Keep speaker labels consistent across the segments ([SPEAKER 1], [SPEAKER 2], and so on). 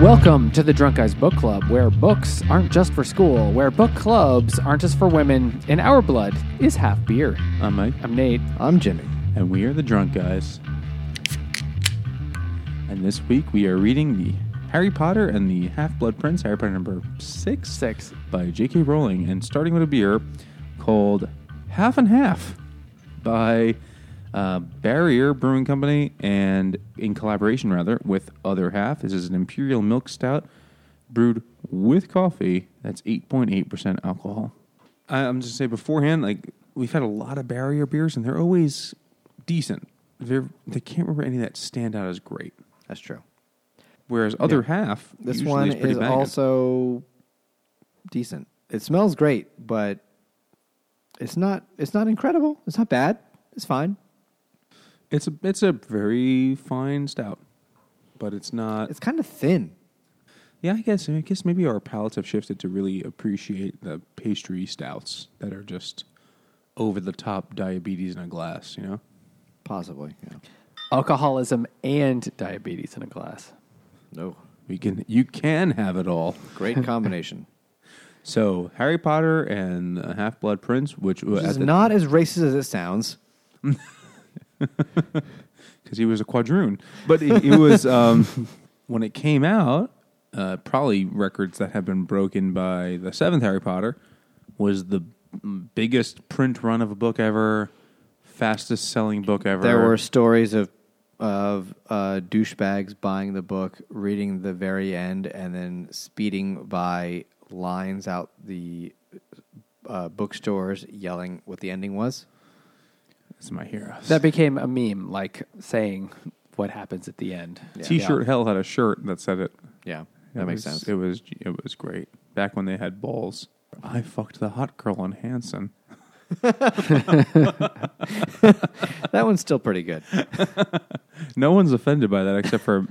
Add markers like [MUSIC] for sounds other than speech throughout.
[SPEAKER 1] Welcome to the Drunk Guys Book Club, where books aren't just for school, where book clubs aren't just for women, and our blood is half beer.
[SPEAKER 2] I'm Mike,
[SPEAKER 1] I'm Nate.
[SPEAKER 3] I'm Jimmy.
[SPEAKER 2] and we are the Drunk Guys. And this week we are reading the Harry Potter and the Half Blood Prince, Harry Potter number six,
[SPEAKER 1] Six.
[SPEAKER 2] by J.K. Rowling, and starting with a beer called Half and Half by uh, Barrier Brewing Company, and in collaboration rather with Other Half. This is an Imperial Milk Stout brewed with coffee. That's eight point eight percent alcohol. I, I'm just gonna say beforehand, like we've had a lot of Barrier beers, and they're always decent. They're, they can't remember any that stand out as great.
[SPEAKER 3] That's true.
[SPEAKER 2] Whereas Other Half,
[SPEAKER 3] This
[SPEAKER 2] usually
[SPEAKER 3] one
[SPEAKER 2] pretty
[SPEAKER 3] is
[SPEAKER 2] banging.
[SPEAKER 3] also decent. It smells great, but it's not. It's not incredible. It's not bad. It's fine.
[SPEAKER 2] It's a it's a very fine stout, but it's not.
[SPEAKER 3] It's kind of thin.
[SPEAKER 2] yeah, I guess I guess maybe our palates have shifted to really appreciate the pastry stouts that are just over the top diabetes in a glass. You know,
[SPEAKER 3] Possibly. Yeah.
[SPEAKER 1] Alcoholism and diabetes in a glass.
[SPEAKER 3] No.
[SPEAKER 2] we can you can have it all.
[SPEAKER 3] Great combination.
[SPEAKER 2] So Harry Potter and Half Blood Prince, which
[SPEAKER 3] Which
[SPEAKER 2] was
[SPEAKER 3] is not as racist as it sounds.
[SPEAKER 2] because he was a quadroon, but it, it was um, [LAUGHS] when it came out. Uh, probably records that have been broken by the seventh Harry Potter was the biggest print run of a book ever, fastest selling book ever.
[SPEAKER 3] There were stories of of uh, douchebags buying the book, reading the very end, and then speeding by lines out the uh, bookstores, yelling what the ending was.
[SPEAKER 2] That's my heroes.
[SPEAKER 1] That became a meme, like saying what happens at the end.
[SPEAKER 2] T-shirt hell had a shirt that said it.
[SPEAKER 3] Yeah,
[SPEAKER 2] It
[SPEAKER 3] that makes
[SPEAKER 2] was-
[SPEAKER 3] sense.
[SPEAKER 2] It was it was great back when they had balls. I fucked the hot girl on Hanson.
[SPEAKER 3] that one's still pretty good.
[SPEAKER 2] No one's offended by that except for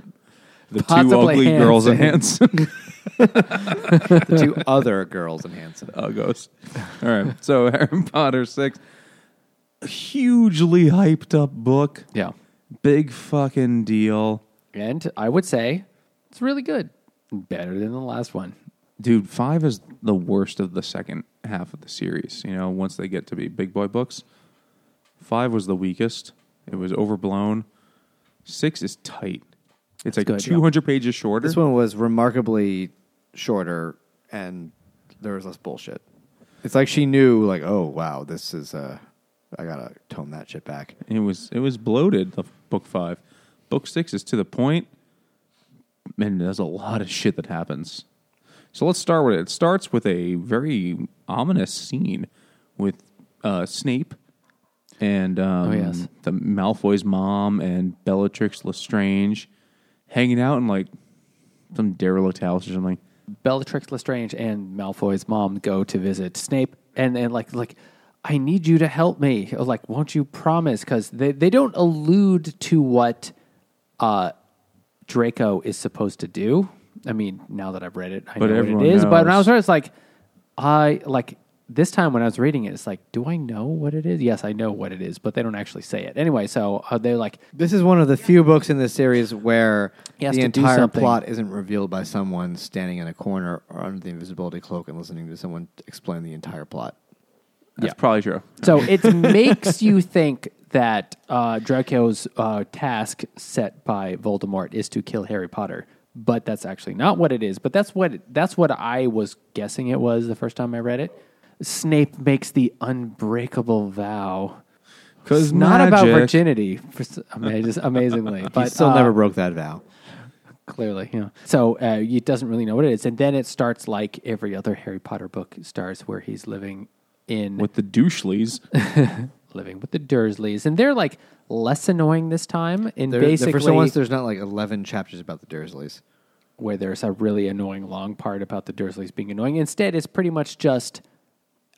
[SPEAKER 2] the two
[SPEAKER 1] Possibly
[SPEAKER 2] ugly girls in
[SPEAKER 1] Hanson.
[SPEAKER 2] Hanson.
[SPEAKER 3] The two other girls in Hanson.
[SPEAKER 2] Uggos. All right. So [LAUGHS] Harry Potter six, a hugely hyped up book,
[SPEAKER 1] Yeah.
[SPEAKER 2] big fucking deal,
[SPEAKER 1] yeah. And I would say it's really good. Better than the last one.
[SPEAKER 2] dude. Five is the worst of the second half of the series. You know, once they get to be big boy books, five was the weakest. It was overblown. Six is tight. It's like
[SPEAKER 1] good, yeah.
[SPEAKER 2] two hundred pages shorter.
[SPEAKER 3] This one was remarkably shorter, and there was less bullshit. It's like she knew, like, oh wow, this is uh, I gotta tone that shit back.
[SPEAKER 2] It was it was bloated. The book five, book six is to the point, and there's a lot of shit that happens. So let's start with it. It starts with a very ominous scene with uh, Snape and um,
[SPEAKER 1] Oh, yes.
[SPEAKER 2] the Malfoy's mom and Bellatrix Lestrange hanging out in like some derelict house or something.
[SPEAKER 1] Bellatrix Lestrange and Malfoy's mom go to visit Snape, and and like like I need you to help me. Or, Like, won't you promise? Because they they don't allude to what uh, Draco is supposed to do. I mean, now that I've read it, I know
[SPEAKER 2] But
[SPEAKER 1] what
[SPEAKER 2] everyone
[SPEAKER 1] it is. But when I
[SPEAKER 2] knows.
[SPEAKER 1] was reading, it's like I like this time when I was reading it, it's like, do I know what it is? Yes, I know what it is, but they don't actually say it anyway. So uh, they're like,
[SPEAKER 3] This is one of the few books in this series where
[SPEAKER 1] He has
[SPEAKER 3] the
[SPEAKER 1] to do
[SPEAKER 3] entire
[SPEAKER 1] something.
[SPEAKER 3] plot isn't revealed by someone standing in a corner or under the invisibility cloak and listening to someone explain the entire plot.
[SPEAKER 2] That's probably true.
[SPEAKER 3] [LAUGHS]
[SPEAKER 1] So it makes you think that uh, Draco's uh, task set by Voldemort is to kill Harry Potter, but that's actually not what it is. But that's what that's what I was guessing it was the first time I read it. Snape makes the unbreakable vow.
[SPEAKER 2] 'Cause
[SPEAKER 1] It's not about
[SPEAKER 2] magic-
[SPEAKER 1] virginity, for, s- ama- just
[SPEAKER 3] [LAUGHS]
[SPEAKER 1] amazingly. But
[SPEAKER 3] He still
[SPEAKER 1] uh,
[SPEAKER 3] never broke that vow.
[SPEAKER 1] clearly. Yeah. So uh, he doesn't really know what it is, and then it starts like every other Harry Potter book starts, where he's living in
[SPEAKER 2] With the doucheleys,
[SPEAKER 1] living with the Dursleys, and they're like less annoying this time. In
[SPEAKER 3] There,
[SPEAKER 1] basically,
[SPEAKER 3] for once, there's not like 11 chapters about the Dursleys.
[SPEAKER 1] where there's a really annoying long part about the Dursleys being annoying. Instead, it's pretty much just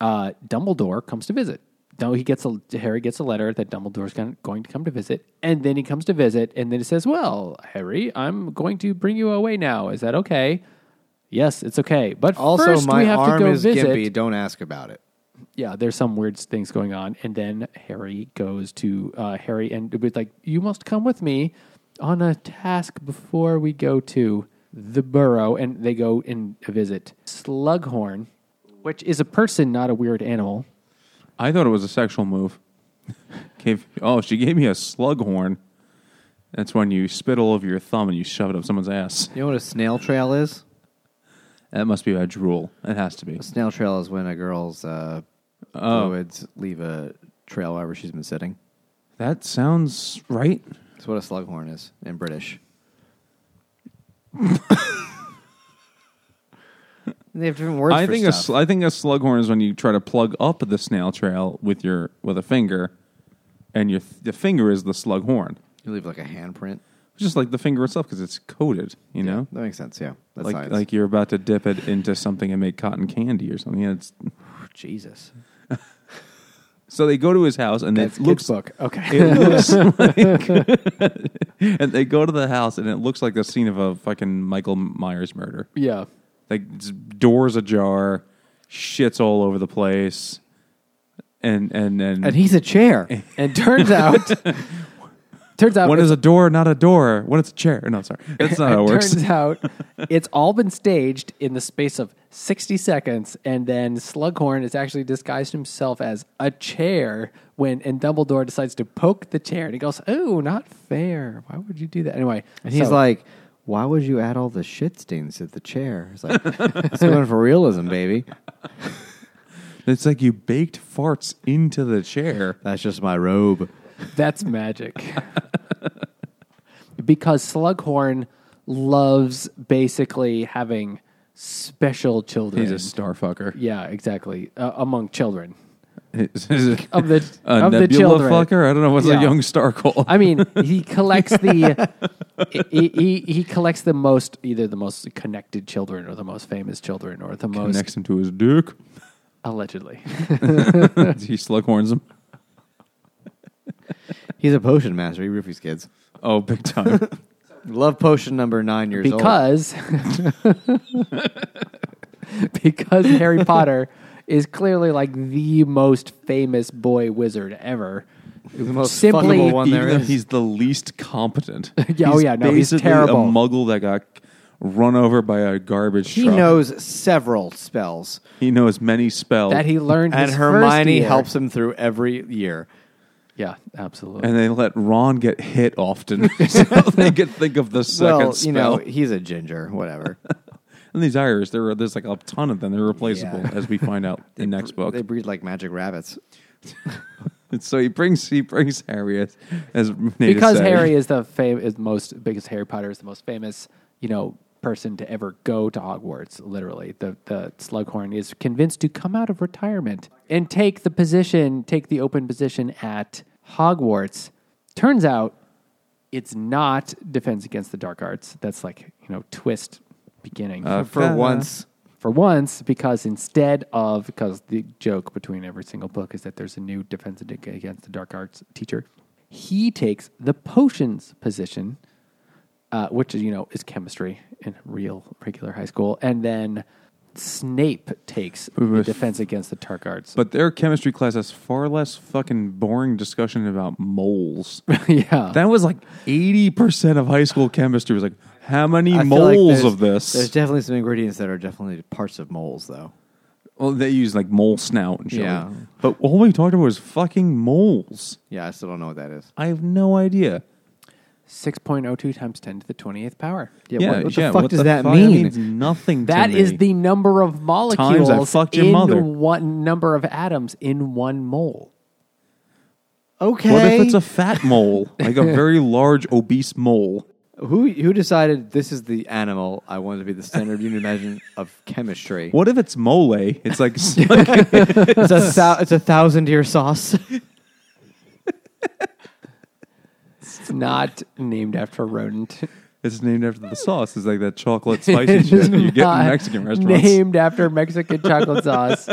[SPEAKER 1] uh, Dumbledore comes to visit. No, he gets a Harry gets a letter that Dumbledore's going, going to come to visit, and then he comes to visit, and then he says, "Well, Harry, I'm going to bring you away now. Is that okay?" Yes, it's okay. But
[SPEAKER 3] Also,
[SPEAKER 1] first,
[SPEAKER 3] my
[SPEAKER 1] we have
[SPEAKER 3] arm
[SPEAKER 1] to go
[SPEAKER 3] is
[SPEAKER 1] visit.
[SPEAKER 3] gimpy. Don't ask about it.
[SPEAKER 1] yeah, there's some weird things going on. And then Harry goes to uh, Harry and it'd be like, you must come with me on a task before we go to the burrow, and they go and visit Slughorn, which is a person, not a weird animal.
[SPEAKER 2] I thought it was a sexual move. [LAUGHS] Gave, oh, she gave me a slug horn. That's when you spit all over your thumb and you shove it up someone's ass.
[SPEAKER 3] You know what a snail trail is?
[SPEAKER 2] That must be a drool. It has to be.
[SPEAKER 3] A snail trail is when a girl's uh,
[SPEAKER 2] Oh.
[SPEAKER 3] fluids leave a trail wherever she's been sitting.
[SPEAKER 2] That sounds right.
[SPEAKER 3] That's what a slughorn is in British. [LAUGHS] they have different words
[SPEAKER 2] I
[SPEAKER 3] for
[SPEAKER 2] think a
[SPEAKER 3] stuff.
[SPEAKER 2] sl- I think a slug horn is when you try to plug up the snail trail with your with a finger, and your the finger is the slug horn,
[SPEAKER 3] you leave like a handprint.
[SPEAKER 2] just like the finger itself because it's coated. You know,
[SPEAKER 3] That makes sense. Yeah, that's
[SPEAKER 2] like
[SPEAKER 3] science.
[SPEAKER 2] like you're about to dip it into something and make cotton candy or something. Yeah, it's,
[SPEAKER 3] Jesus.
[SPEAKER 2] so they go to his house and
[SPEAKER 1] That's
[SPEAKER 2] it looks
[SPEAKER 1] kid's book. Okay.
[SPEAKER 2] It looks like, and they go to the house, and it looks like the scene of a fucking Michael Myers murder.
[SPEAKER 1] [LAUGHS] yeah.
[SPEAKER 2] Like it's- doors ajar, shits all over the place, and and and,
[SPEAKER 3] And he's a chair.
[SPEAKER 1] And turns
[SPEAKER 2] [LAUGHS]
[SPEAKER 1] out, turns out,
[SPEAKER 2] when is a door not a door? When it's a chair? No, sorry, that's not how
[SPEAKER 1] [LAUGHS]
[SPEAKER 2] it
[SPEAKER 1] it
[SPEAKER 2] works.
[SPEAKER 1] turns out it's all been staged in the space of 60 seconds, and then Slughorn has actually disguised himself as a chair when and Dumbledore decides to poke the chair, and he goes, "Oh, not fair! Why would you do that?" Anyway,
[SPEAKER 3] And he's
[SPEAKER 1] so-
[SPEAKER 3] like, "Why would you add all the shit stains at the chair?" It's
[SPEAKER 2] [LAUGHS]
[SPEAKER 3] like, "It's going for realism, baby."
[SPEAKER 2] It's like you baked farts into the chair.
[SPEAKER 3] That's just my robe.
[SPEAKER 1] That's magic. [LAUGHS] because Slughorn loves basically having special children.
[SPEAKER 2] He's a star [LAUGHS] fucker.
[SPEAKER 1] yeah, exactly. Uh, among children.
[SPEAKER 2] of
[SPEAKER 1] Of the
[SPEAKER 2] [LAUGHS] a
[SPEAKER 1] of the
[SPEAKER 2] nebula
[SPEAKER 1] children.
[SPEAKER 2] fucker. I don't know what's
[SPEAKER 1] Yeah.
[SPEAKER 2] a young star called.
[SPEAKER 1] I mean, he collects the he, he he collects the most either the most connected children or the most famous children or the most
[SPEAKER 2] Next him to his dick. [LAUGHS]
[SPEAKER 1] allegedly.
[SPEAKER 2] he slug horns him.
[SPEAKER 3] He's a potion master. He roofies kids.
[SPEAKER 2] Oh, big time.
[SPEAKER 3] Love potion number nine years old.
[SPEAKER 1] because [LAUGHS] because Harry Potter is clearly like the most famous boy wizard ever.
[SPEAKER 3] the most
[SPEAKER 1] simply-
[SPEAKER 3] fuckable one
[SPEAKER 2] Even
[SPEAKER 3] there
[SPEAKER 2] though
[SPEAKER 3] is.
[SPEAKER 2] he's the least
[SPEAKER 3] [LAUGHS]
[SPEAKER 2] competent.
[SPEAKER 1] Yeah, oh yeah, no, he's
[SPEAKER 2] basically
[SPEAKER 1] terrible.
[SPEAKER 2] A muggle that got run over by a garbage
[SPEAKER 3] He
[SPEAKER 2] truck.
[SPEAKER 3] knows several spells,
[SPEAKER 2] He knows many spells.
[SPEAKER 1] That he learned
[SPEAKER 3] and
[SPEAKER 1] his first
[SPEAKER 3] Hermione
[SPEAKER 1] year.
[SPEAKER 3] helps him through every year.
[SPEAKER 1] Yeah, absolutely.
[SPEAKER 2] and they let Ron get hit often,
[SPEAKER 3] [LAUGHS]
[SPEAKER 2] [LAUGHS] so they could think of the second
[SPEAKER 3] well, you know,
[SPEAKER 2] spell.
[SPEAKER 3] he's a ginger. Whatever.
[SPEAKER 2] and these Irish, there are, there's like a ton of them. They're replaceable,
[SPEAKER 3] Yeah.
[SPEAKER 2] as we find
[SPEAKER 3] [LAUGHS]
[SPEAKER 2] out in next book.
[SPEAKER 3] they breed like magic rabbits.
[SPEAKER 2] And so he brings he brings Harry as, as Nate
[SPEAKER 1] because
[SPEAKER 2] said. [LAUGHS]
[SPEAKER 1] Harry is the fam- is most because Harry Potter is the most famous, you know, person to ever go to Hogwarts. Literally, the the Slughorn is convinced to come out of retirement and take the position, take the open position at Hogwarts. Turns out, it's not Defense Against the Dark Arts. That's like you know twist beginning
[SPEAKER 3] For
[SPEAKER 2] Uh,
[SPEAKER 3] once,
[SPEAKER 1] for once because instead of because the joke between every single book is that there's a new defense ag- against the dark arts teacher he takes the potions position uh, which you know is chemistry in real regular high school and then snape takes the defense against the dark arts
[SPEAKER 2] But their chemistry class has far less fucking boring discussion about moles.
[SPEAKER 1] [LAUGHS]
[SPEAKER 2] [LAUGHS]
[SPEAKER 1] yeah
[SPEAKER 2] That was like eighty percent of high school chemistry was like, how many
[SPEAKER 3] I feel like
[SPEAKER 2] moles
[SPEAKER 3] there's-
[SPEAKER 2] of this?
[SPEAKER 3] There's definitely some ingredients that are definitely parts of moles, though.
[SPEAKER 2] well, they use like mole snout and shit.
[SPEAKER 3] Yeah.
[SPEAKER 2] but all we talked about was fucking moles.
[SPEAKER 3] Yeah, I still don't know what that is.
[SPEAKER 2] I have no idea.
[SPEAKER 1] 6.02 times 10 to the 20th power
[SPEAKER 2] yeah,
[SPEAKER 3] what, what the
[SPEAKER 2] yeah,
[SPEAKER 3] fuck
[SPEAKER 2] what
[SPEAKER 3] does
[SPEAKER 2] the
[SPEAKER 3] that
[SPEAKER 2] fuck?
[SPEAKER 3] mean?
[SPEAKER 2] means nothing. to
[SPEAKER 1] That is
[SPEAKER 2] me.
[SPEAKER 1] the number of molecules
[SPEAKER 2] I fucked your
[SPEAKER 1] in
[SPEAKER 2] mother.
[SPEAKER 1] one number of atoms in one mole
[SPEAKER 3] Okay.
[SPEAKER 2] What if it's a fat mole, like a very
[SPEAKER 3] [LAUGHS]
[SPEAKER 2] large obese mole?
[SPEAKER 3] who who decided this is the animal I want to be the standard unit measurement of chemistry?
[SPEAKER 2] [LAUGHS] What if it's mole? It's like, [LAUGHS] it's like
[SPEAKER 3] It's a thou- it's a thousand year sauce.
[SPEAKER 1] it's not named after a
[SPEAKER 2] [LAUGHS]
[SPEAKER 1] rodent
[SPEAKER 2] it's named after the sauce. It's like that chocolate
[SPEAKER 3] [LAUGHS]
[SPEAKER 2] spicy shit you get in
[SPEAKER 1] not
[SPEAKER 2] Mexican restaurants.
[SPEAKER 1] Named after Mexican
[SPEAKER 2] [LAUGHS]
[SPEAKER 1] chocolate sauce.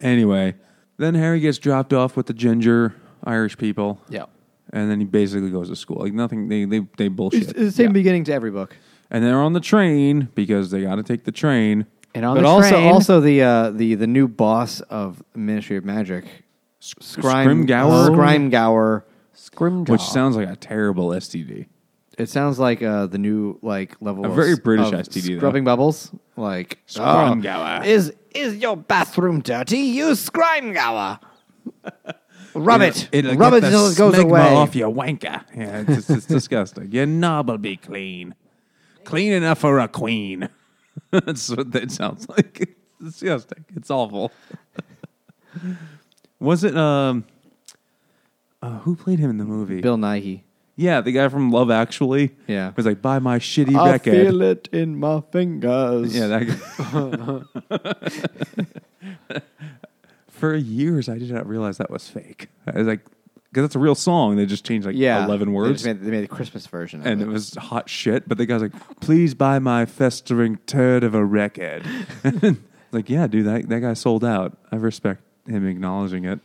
[SPEAKER 2] Anyway, then Harry gets dropped off with the ginger Irish people.
[SPEAKER 1] Yeah.
[SPEAKER 2] And then he basically goes to school. Like nothing, they they, they bullshit.
[SPEAKER 3] It's the same beginning to every book.
[SPEAKER 2] and they're on the train because they got to take the train.
[SPEAKER 1] And on
[SPEAKER 3] But
[SPEAKER 1] the
[SPEAKER 3] also
[SPEAKER 1] train,
[SPEAKER 3] also the uh, the the new boss of Ministry of Magic, uh, Scrime
[SPEAKER 2] Scrimgeour?
[SPEAKER 3] Scrimgeour.
[SPEAKER 1] Scrimgeour.
[SPEAKER 2] Which sounds like a terrible STD.
[SPEAKER 3] It sounds like uh, the new like level.
[SPEAKER 2] A
[SPEAKER 3] of-
[SPEAKER 2] very British
[SPEAKER 3] of
[SPEAKER 2] STD, though.
[SPEAKER 3] Scrubbing bubbles, like oh,
[SPEAKER 2] Scrumgower.
[SPEAKER 3] Is is your bathroom dirty? Use Scrimgower. [LAUGHS] Rub it. Rub it until it goes away.
[SPEAKER 2] off your wanker. Yeah, it's, just- it's disgusting. Your knob will be clean, clean enough for a queen. [LAUGHS] That's what that sounds like. It's disgusting. It's awful. [LAUGHS] Was it um? Uh, who played him in the movie?
[SPEAKER 3] Bill Nighy.
[SPEAKER 2] Yeah, the guy from Love Actually.
[SPEAKER 3] Yeah.
[SPEAKER 2] was like, buy my shitty record.
[SPEAKER 3] it in my fingers.
[SPEAKER 2] Yeah, that guy. [LAUGHS] For years, I did not realize that was fake. I was like, because that's a real song. They just changed like
[SPEAKER 3] yeah.
[SPEAKER 2] eleven
[SPEAKER 3] They
[SPEAKER 2] words,
[SPEAKER 3] just Made, they made the Christmas version. Of
[SPEAKER 2] and
[SPEAKER 3] it.
[SPEAKER 2] it was hot shit. But the guy's like, "Please buy my festering turd of a record." [LAUGHS] like, yeah, dude, that that guy sold out. I respect him acknowledging it.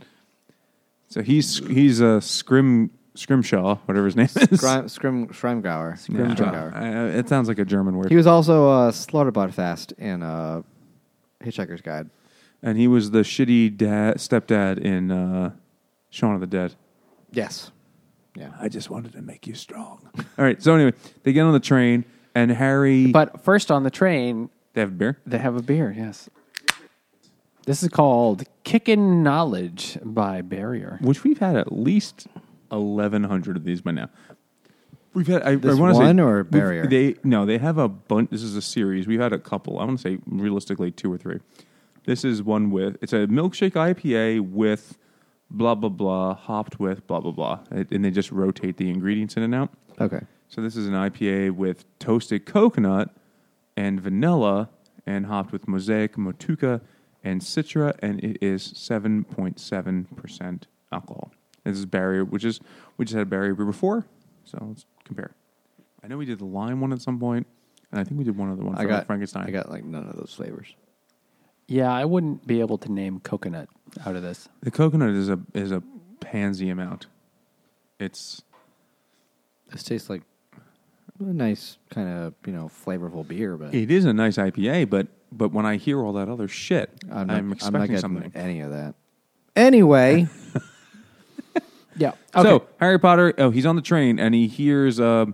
[SPEAKER 2] So he's he's a scrim scrimshaw, whatever his name is.
[SPEAKER 3] Scrim, scrim, Scrimgower.
[SPEAKER 2] Yeah,
[SPEAKER 3] Scrimgower.
[SPEAKER 2] I- I- it sounds like a German word.
[SPEAKER 3] He was also uh, slaughtered fast in uh, Hitchhiker's Guide.
[SPEAKER 2] And he was the shitty dad, stepdad in uh, Shaun of the Dead.
[SPEAKER 3] Yes. Yeah.
[SPEAKER 2] I just wanted to make you strong. All right. So anyway, they get on the train, and Harry.
[SPEAKER 1] But first on the train,
[SPEAKER 2] they have a beer.
[SPEAKER 1] they have a beer. Yes. This is called Kickin' Knowledge by Barrier.
[SPEAKER 2] Which we've had at least eleven hundred of these by now. We've had. I,
[SPEAKER 3] This
[SPEAKER 2] I want to
[SPEAKER 3] one
[SPEAKER 2] say,
[SPEAKER 3] or
[SPEAKER 2] we've-
[SPEAKER 3] Barrier?
[SPEAKER 2] They no. They have a bunch. This is a series. We've had a couple. I want to say realistically two or three. This is one with. It's a milkshake IPA with blah blah blah hopped with blah blah blah, and they just rotate the ingredients in and out.
[SPEAKER 3] Okay.
[SPEAKER 2] So this is an IPA with toasted coconut and vanilla and hopped with mosaic, motuka, and citra, and it is 7.7% alcohol. This is barrier, which is we just had a barrier beer before, so let's compare. I know we did the lime one at some point, and I think we did one other one for
[SPEAKER 3] I got
[SPEAKER 2] Frankenstein.
[SPEAKER 3] I got like none of those flavors.
[SPEAKER 1] Yeah, I wouldn't be able to name coconut out of this.
[SPEAKER 2] the coconut is a is a pansy amount. It's
[SPEAKER 3] This tastes like a nice kind of you know flavorful beer, but
[SPEAKER 2] it is a nice IPA, but but when I hear all that other shit,
[SPEAKER 3] I'm
[SPEAKER 2] I'm,
[SPEAKER 3] not,
[SPEAKER 2] expecting
[SPEAKER 3] I'm not getting
[SPEAKER 2] something.
[SPEAKER 3] any of that. Anyway,
[SPEAKER 1] Yeah.
[SPEAKER 2] So Harry Potter, oh, he's on the train and he hears uh,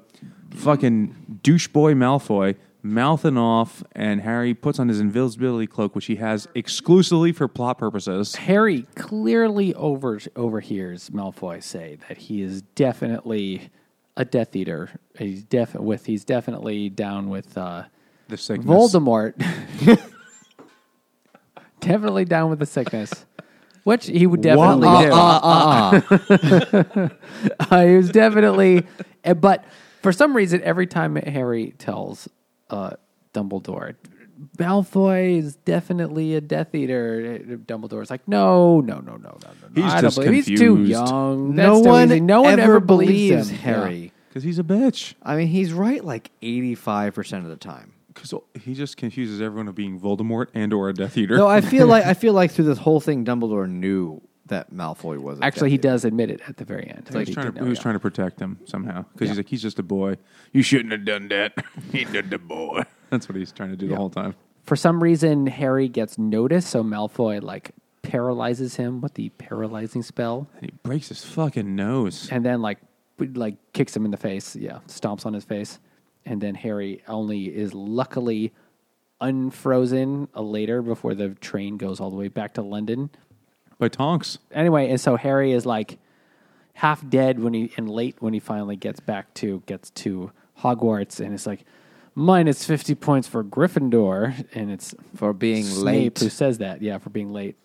[SPEAKER 2] fucking douche boy Malfoy mouthing off, and Harry puts on his invisibility cloak, which he has exclusively for plot purposes.
[SPEAKER 1] Harry clearly over overhears Malfoy say that he is definitely a Death Eater. He's def with he's definitely down with uh,
[SPEAKER 2] The sickness.
[SPEAKER 1] Voldemort. [LAUGHS] definitely down with the sickness, which he would definitely
[SPEAKER 2] Wha-
[SPEAKER 1] do. Uh, [LAUGHS] he was definitely, uh, but for some reason, every time Harry tells uh, Dumbledore, Malfoy is definitely a Death Eater. uh, Dumbledore's like, no, no, no, no, no, no. no.
[SPEAKER 2] He's
[SPEAKER 1] I don't
[SPEAKER 2] just
[SPEAKER 1] believe- He's too
[SPEAKER 2] confused.
[SPEAKER 1] young. That's
[SPEAKER 3] no
[SPEAKER 1] too
[SPEAKER 3] one,
[SPEAKER 1] easy. no one
[SPEAKER 3] ever, believes
[SPEAKER 1] him.
[SPEAKER 3] Harry.
[SPEAKER 1] Yeah.
[SPEAKER 2] Because he's a bitch.
[SPEAKER 3] I mean, he's right like eighty five percent of the time.
[SPEAKER 2] Because he just confuses everyone of being Voldemort and or a Death Eater.
[SPEAKER 3] No, I feel like I feel like through this whole thing, Dumbledore knew that Malfoy was a
[SPEAKER 1] Actually, he
[SPEAKER 3] deputy.
[SPEAKER 1] does admit it at the very end.
[SPEAKER 2] he was, trying to, he was trying to protect him somehow.
[SPEAKER 1] Yeah.
[SPEAKER 2] Because he's like, he's just a boy. You shouldn't have done that. [LAUGHS] he did the boy. That's what he's trying to do the whole time.
[SPEAKER 1] for some reason, Harry gets noticed, so Malfoy like paralyzes him with the paralyzing spell.
[SPEAKER 2] And he breaks his fucking nose.
[SPEAKER 1] and then like p- like kicks him in the face. Yeah, stomps on his face, and then Harry only is luckily unfrozen uh, later before the train goes all the way back to London.
[SPEAKER 2] By Tonks.
[SPEAKER 1] Anyway, and so Harry is like half dead when he and late when he finally gets back to gets to Hogwarts, and it's like minus fifty points for Gryffindor, and it's
[SPEAKER 3] for being
[SPEAKER 1] Snape
[SPEAKER 3] late.
[SPEAKER 1] who says that. Yeah, for being late.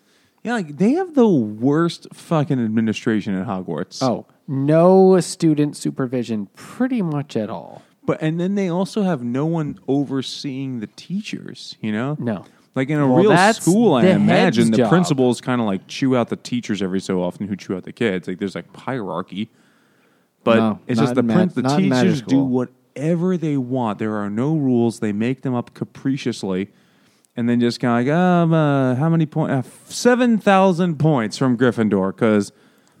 [SPEAKER 2] Yeah, like they have the worst fucking administration at Hogwarts.
[SPEAKER 1] Oh, no student supervision, pretty much at all.
[SPEAKER 2] but and then they also have no one overseeing the teachers. You know,
[SPEAKER 1] No.
[SPEAKER 2] Like in a
[SPEAKER 1] Well,
[SPEAKER 2] real
[SPEAKER 1] that's
[SPEAKER 2] school, I
[SPEAKER 1] the
[SPEAKER 2] imagine
[SPEAKER 1] head's
[SPEAKER 2] the
[SPEAKER 1] job.
[SPEAKER 2] principals kind of like chew out the teachers every so often, who chew out the kids. Like there's like hierarchy, but
[SPEAKER 3] No,
[SPEAKER 2] it's
[SPEAKER 3] not
[SPEAKER 2] just the
[SPEAKER 3] in
[SPEAKER 2] prin-
[SPEAKER 3] mag-
[SPEAKER 2] the
[SPEAKER 3] not in magic
[SPEAKER 2] teachers do
[SPEAKER 3] school.
[SPEAKER 2] whatever they want. There are no rules. They make them up capriciously. And then just kind of like, um, uh, how many points? Uh, 7,000 points from Gryffindor because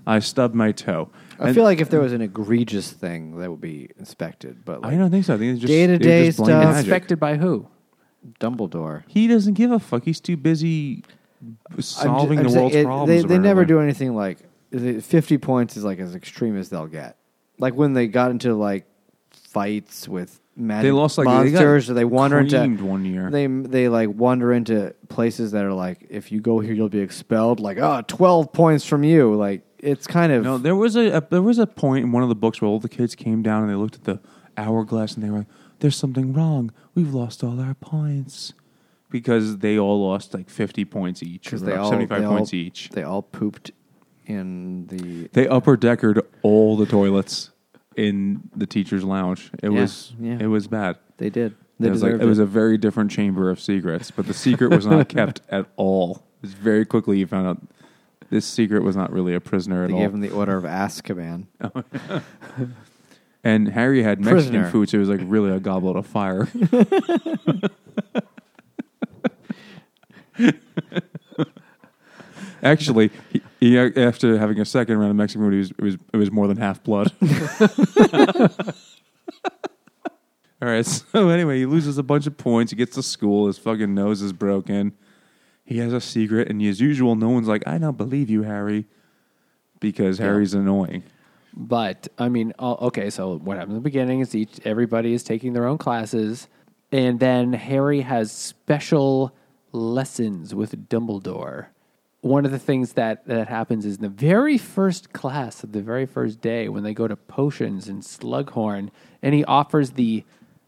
[SPEAKER 2] I stubbed my toe.
[SPEAKER 3] I feel like if there was an egregious thing, that would be inspected. But
[SPEAKER 2] I
[SPEAKER 3] like
[SPEAKER 2] don't think so. I think it's just
[SPEAKER 3] Day-to-day
[SPEAKER 2] they just blame
[SPEAKER 3] stuff.
[SPEAKER 2] magic.
[SPEAKER 1] Inspected by who?
[SPEAKER 3] Dumbledore,
[SPEAKER 2] He doesn't give a fuck. He's too busy
[SPEAKER 3] I'm ju-
[SPEAKER 2] solving
[SPEAKER 3] I'm
[SPEAKER 2] the
[SPEAKER 3] saying
[SPEAKER 2] world's
[SPEAKER 3] it-
[SPEAKER 2] problems.
[SPEAKER 3] They, they never
[SPEAKER 2] apparently.
[SPEAKER 3] do anything like is it- fifty points is like as extreme as they'll get. Like when they got into like fights with magic
[SPEAKER 2] They lost like they got
[SPEAKER 3] monsters. or they wander
[SPEAKER 2] creamed
[SPEAKER 3] into
[SPEAKER 2] one year.
[SPEAKER 3] They they like wander into places that are like, if you go here, you'll be expelled. Like, oh, 12 points from you. Like, it's kind of
[SPEAKER 2] No, there was a, a there was a point in one of the books where all the kids came down and they looked at the hourglass and they were like, "There's something wrong. We've lost all our points." Because they all lost like fifty points each, or
[SPEAKER 3] because they all
[SPEAKER 2] seventy-five
[SPEAKER 3] they all-
[SPEAKER 2] points each.
[SPEAKER 3] They all pooped in the
[SPEAKER 2] They upper deckered all the toilets in the teachers' lounge. It
[SPEAKER 3] Yeah,
[SPEAKER 2] was
[SPEAKER 3] yeah.
[SPEAKER 2] it was bad.
[SPEAKER 3] They did. They
[SPEAKER 2] it was like
[SPEAKER 3] deserved
[SPEAKER 2] it was a very different chamber of secrets, but the secret was
[SPEAKER 3] [LAUGHS]
[SPEAKER 2] not kept at all. It was very quickly you found out this secret was not really a prisoner at
[SPEAKER 3] They
[SPEAKER 2] all.
[SPEAKER 3] gave him the order of Azkaban.
[SPEAKER 2] and Harry had Mexican
[SPEAKER 3] Prisoner.
[SPEAKER 2] food, so it was like really a goblet of fire. [LAUGHS] Actually, he, he, after having a second round of Mexican food, he was, it was it was more than half blood. [LAUGHS] All right. [LAUGHS] So anyway, he loses a bunch of points. He gets to school. His fucking nose is broken. He has a secret, and as usual, no one's like, "I don't believe you, Harry," because Harry's annoying.
[SPEAKER 1] But I mean, oh, okay. So what happens in the beginning is each everybody is taking their own classes, and then Harry has special lessons with Dumbledore. One of the things that that happens is in the very first class of the very first day when they go to potions and Slughorn, and he offers the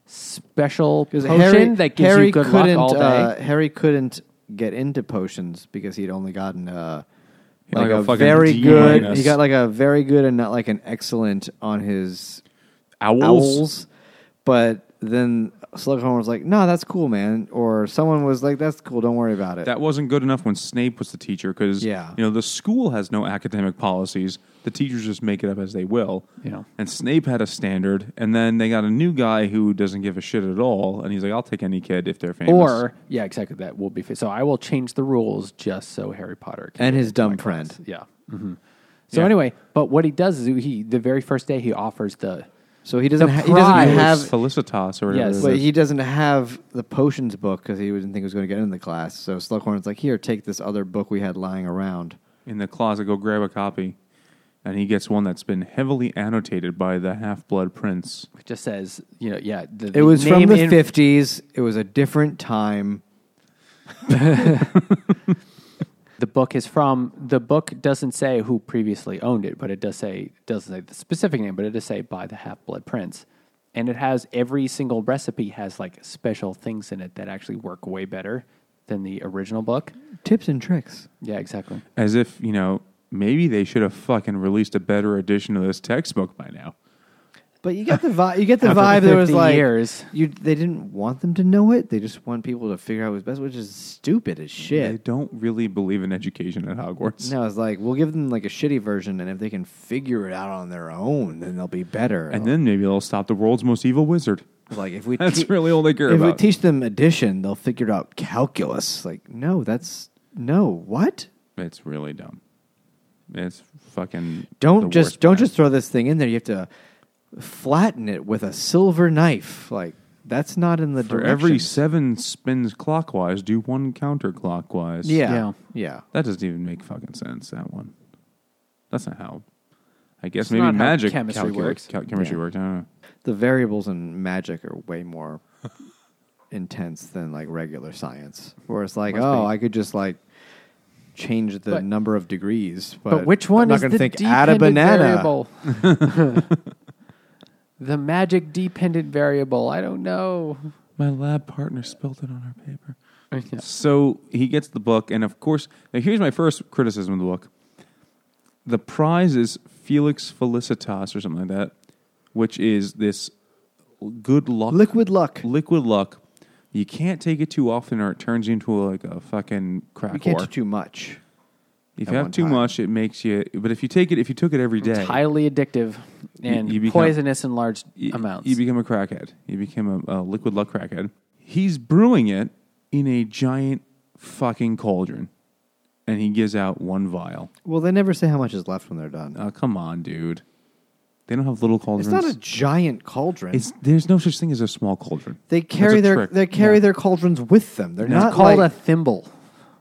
[SPEAKER 1] special
[SPEAKER 3] Because
[SPEAKER 1] potion
[SPEAKER 3] Harry,
[SPEAKER 1] that gives
[SPEAKER 3] Harry
[SPEAKER 1] you good luck
[SPEAKER 3] couldn't,
[SPEAKER 1] all day.
[SPEAKER 3] Uh, Harry couldn't get into potions because he'd only gotten uh,
[SPEAKER 2] Like
[SPEAKER 3] like,
[SPEAKER 2] a
[SPEAKER 3] a,
[SPEAKER 2] fucking
[SPEAKER 3] very
[SPEAKER 2] D
[SPEAKER 3] good.
[SPEAKER 2] minus.
[SPEAKER 3] He got like a very good and not like an excellent on his owls. But then Slughorn was like, "No, that's cool, man." Or someone was like, "That's cool. Don't worry about it."
[SPEAKER 2] That wasn't good enough when Snape was the teacher because
[SPEAKER 3] Yeah.
[SPEAKER 2] you know the school has no academic policies. The teachers just make it up as they will.
[SPEAKER 1] Yeah.
[SPEAKER 2] And Snape had a standard, and then they got a new guy who doesn't give a shit at all, and he's like, "I'll take any kid if they're famous."
[SPEAKER 1] or yeah, exactly. That will be fit. so. I will change the rules just so Harry Potter can
[SPEAKER 3] and his dumb friend.
[SPEAKER 1] Yeah. hmm So
[SPEAKER 2] Yeah.
[SPEAKER 1] anyway, but what he does is he the very first day he offers the
[SPEAKER 3] So he doesn't.
[SPEAKER 1] The
[SPEAKER 3] Ha- he doesn't
[SPEAKER 1] prize.
[SPEAKER 3] have.
[SPEAKER 2] Felicitas or whatever.
[SPEAKER 1] Yes.
[SPEAKER 2] it
[SPEAKER 3] But
[SPEAKER 2] is.
[SPEAKER 3] he doesn't have the potions book because he didn't think he was going to get in the class. So Slughorn's like, "Here, take this other book we had lying around."
[SPEAKER 2] in the closet, go grab a copy, and he gets one that's been heavily annotated by the Half Blood Prince.
[SPEAKER 1] it just says you know yeah the,
[SPEAKER 3] It was from
[SPEAKER 1] name
[SPEAKER 3] the
[SPEAKER 1] in-
[SPEAKER 3] fifties. It was a different time.
[SPEAKER 1] the book is from the book doesn't say who previously owned it but it does say doesn't say the specific name but it does say by the half blood prince and it has every single recipe has like special things in it that actually work way better than the original book
[SPEAKER 3] Mm. Tips and tricks.
[SPEAKER 1] yeah exactly
[SPEAKER 2] As if you know, maybe they should have fucking released a better edition of this textbook by now.
[SPEAKER 3] But you get the vibe. You get the
[SPEAKER 1] After
[SPEAKER 3] vibe. There was
[SPEAKER 1] 50
[SPEAKER 3] like
[SPEAKER 1] years.
[SPEAKER 3] You, they didn't want them to know it. They just want people to figure out what's best, which is stupid as
[SPEAKER 2] They
[SPEAKER 3] shit.
[SPEAKER 2] don't really believe in education at Hogwarts.
[SPEAKER 3] No, it's like we'll give them like a shitty version, and if they can figure it out on their own, then they'll be better.
[SPEAKER 2] And then maybe they'll stop the world's most evil wizard.
[SPEAKER 3] like if
[SPEAKER 2] [LAUGHS]
[SPEAKER 3] we
[SPEAKER 2] That's
[SPEAKER 3] te-
[SPEAKER 2] really all they care
[SPEAKER 3] if
[SPEAKER 2] about.
[SPEAKER 3] we teach them addition, they'll figure out calculus. Like no, that's no what.
[SPEAKER 2] It's really dumb. It's fucking. the
[SPEAKER 3] Don't just
[SPEAKER 2] worst,
[SPEAKER 3] don't
[SPEAKER 2] man.
[SPEAKER 3] just throw this thing in there. You have to flatten it with a silver knife. Like that's not in the
[SPEAKER 2] For
[SPEAKER 3] directions.
[SPEAKER 2] every seven spins clockwise, do one counterclockwise.
[SPEAKER 3] yeah
[SPEAKER 1] Yeah.
[SPEAKER 3] yeah.
[SPEAKER 2] That doesn't even make fucking sense, that one. That's not how. I guess
[SPEAKER 1] It's
[SPEAKER 2] maybe
[SPEAKER 1] not how
[SPEAKER 2] magic
[SPEAKER 1] chemistry
[SPEAKER 2] calculus-
[SPEAKER 1] works.
[SPEAKER 2] cal- chemistry
[SPEAKER 3] Yeah.
[SPEAKER 2] works. I don't know.
[SPEAKER 3] The variables in magic are way more intense than like regular science, where it's like
[SPEAKER 1] Must
[SPEAKER 3] oh
[SPEAKER 1] be.
[SPEAKER 3] I could just like change the
[SPEAKER 1] But-
[SPEAKER 3] number of degrees. But,
[SPEAKER 1] But, which one
[SPEAKER 3] I'm not
[SPEAKER 1] is
[SPEAKER 3] gonna
[SPEAKER 1] the
[SPEAKER 3] think add a
[SPEAKER 1] dependent
[SPEAKER 3] banana? [LAUGHS]
[SPEAKER 1] variable? the magic dependent variable. I don't know.
[SPEAKER 2] My lab partner spilled it on our paper. So he gets the book, and of course, now here's my first criticism of the book. The prize is Felix Felicitas or something like that, which is this good luck
[SPEAKER 3] Liquid luck.
[SPEAKER 2] liquid luck. You can't take it too often, or it turns you into like a fucking crack
[SPEAKER 3] You can't
[SPEAKER 2] whore.
[SPEAKER 3] do too much.
[SPEAKER 2] if
[SPEAKER 3] at
[SPEAKER 2] you have
[SPEAKER 3] one
[SPEAKER 2] too
[SPEAKER 3] time.
[SPEAKER 2] much, it makes you. But if you take it, if you took it every day,
[SPEAKER 1] It's highly addictive and
[SPEAKER 2] you become-
[SPEAKER 1] poisonous in large
[SPEAKER 2] you,
[SPEAKER 1] amounts.
[SPEAKER 2] you become a crackhead. You became a, a liquid luck crackhead. He's brewing it in a giant fucking cauldron, and he gives out one vial.
[SPEAKER 3] Well, they never say how much is left when they're done.
[SPEAKER 2] Oh, come on, dude. They don't have little cauldrons.
[SPEAKER 3] it's not a giant cauldron.
[SPEAKER 2] It's- there's no such thing as a small cauldron.
[SPEAKER 3] They
[SPEAKER 2] That's
[SPEAKER 3] carry
[SPEAKER 2] a
[SPEAKER 3] their
[SPEAKER 2] trick.
[SPEAKER 3] they carry their cauldrons with them. They're
[SPEAKER 1] it's
[SPEAKER 3] not
[SPEAKER 1] called
[SPEAKER 3] like,
[SPEAKER 1] a thimble.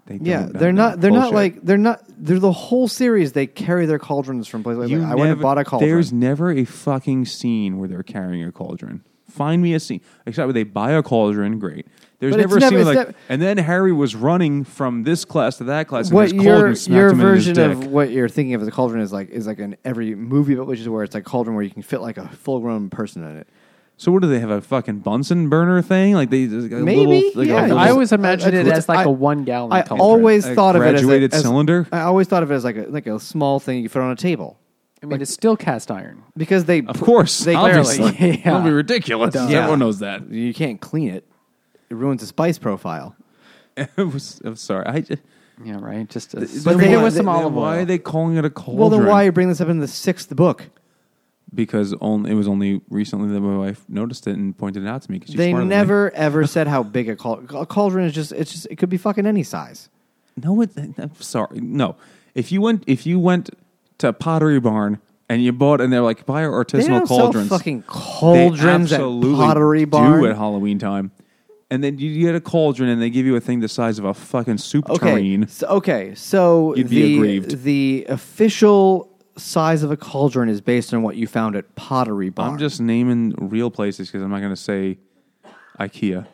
[SPEAKER 2] They don't
[SPEAKER 3] Yeah,
[SPEAKER 2] know
[SPEAKER 3] they're
[SPEAKER 2] that.
[SPEAKER 3] not. They're not
[SPEAKER 2] Bullshit.
[SPEAKER 3] like they're not. They're the whole series. They carry their cauldrons from place. Like,
[SPEAKER 2] You
[SPEAKER 3] I went and
[SPEAKER 2] never-
[SPEAKER 3] bought a cauldron.
[SPEAKER 2] There's never a fucking scene where they're carrying a cauldron. Find me a scene. Except where they buy a cauldron, great. There's
[SPEAKER 3] But it's
[SPEAKER 2] never a
[SPEAKER 3] never-
[SPEAKER 2] scene
[SPEAKER 3] it's
[SPEAKER 2] like,
[SPEAKER 3] nev-
[SPEAKER 2] and then Harry was running from this class to that class, and
[SPEAKER 3] what
[SPEAKER 2] his cauldron
[SPEAKER 3] your
[SPEAKER 2] smacked
[SPEAKER 3] your
[SPEAKER 2] him
[SPEAKER 3] version
[SPEAKER 2] in his
[SPEAKER 3] of
[SPEAKER 2] dick.
[SPEAKER 3] what you're thinking of as a cauldron is like is like in every movie, but which is where it's like cauldron where you can fit like a full grown person in it.
[SPEAKER 2] So what do they have a fucking Bunsen burner thing? Like they just got a
[SPEAKER 3] Maybe,
[SPEAKER 2] little, like
[SPEAKER 3] yeah.
[SPEAKER 2] a little
[SPEAKER 1] I always imagined
[SPEAKER 3] I-
[SPEAKER 1] it as like
[SPEAKER 3] I-
[SPEAKER 1] a one gallon.
[SPEAKER 3] I
[SPEAKER 1] cauldron.
[SPEAKER 3] always
[SPEAKER 2] A
[SPEAKER 3] thought of it as a
[SPEAKER 2] graduated
[SPEAKER 3] as-
[SPEAKER 2] cylinder?
[SPEAKER 3] I always thought of it as like a like a small thing you could put on a table
[SPEAKER 1] I mean, it's still cast iron.
[SPEAKER 3] because they
[SPEAKER 2] Of course,
[SPEAKER 3] they
[SPEAKER 2] obviously.
[SPEAKER 3] [LAUGHS] clearly
[SPEAKER 1] Yeah.
[SPEAKER 2] That'll be ridiculous.
[SPEAKER 1] Duh.
[SPEAKER 2] Everyone knows that. [LAUGHS]
[SPEAKER 3] you can't clean it. It ruins the spice profile.
[SPEAKER 2] It was- I'm sorry. I just,
[SPEAKER 1] Yeah, right. Just a,
[SPEAKER 3] But
[SPEAKER 1] but
[SPEAKER 3] they-
[SPEAKER 1] it was
[SPEAKER 3] they-
[SPEAKER 1] some
[SPEAKER 3] they-
[SPEAKER 1] olive
[SPEAKER 2] why are
[SPEAKER 1] oil.
[SPEAKER 2] they calling it a cauldron?
[SPEAKER 3] Well, then why you bring this up in the sixth book?
[SPEAKER 2] Because only it was only recently that my wife noticed it and pointed it out to me. 'cause she's
[SPEAKER 3] They
[SPEAKER 2] smarter than me. [LAUGHS]
[SPEAKER 3] never ever said how big a, caul- a cauldron is. Just it's just it could be fucking any size.
[SPEAKER 2] No, it, I'm sorry. No, if you went if you went to Pottery Barn and you bought and they're like buy our artisanal
[SPEAKER 3] They don't
[SPEAKER 2] cauldrons,
[SPEAKER 3] sell fucking cauldrons
[SPEAKER 2] they
[SPEAKER 3] at
[SPEAKER 2] absolutely
[SPEAKER 3] Pottery
[SPEAKER 2] do
[SPEAKER 3] Barn.
[SPEAKER 2] at Halloween time. And then you get a cauldron and they give you a thing the size of a fucking soup
[SPEAKER 3] okay.
[SPEAKER 2] tureen.
[SPEAKER 3] So, okay, so
[SPEAKER 2] You'd
[SPEAKER 3] the
[SPEAKER 2] be aggrieved.
[SPEAKER 3] the official size of a cauldron is based on what you found at Pottery Barn. [LAUGHS]
[SPEAKER 2] I'm just naming real places because I'm not going to say IKEA.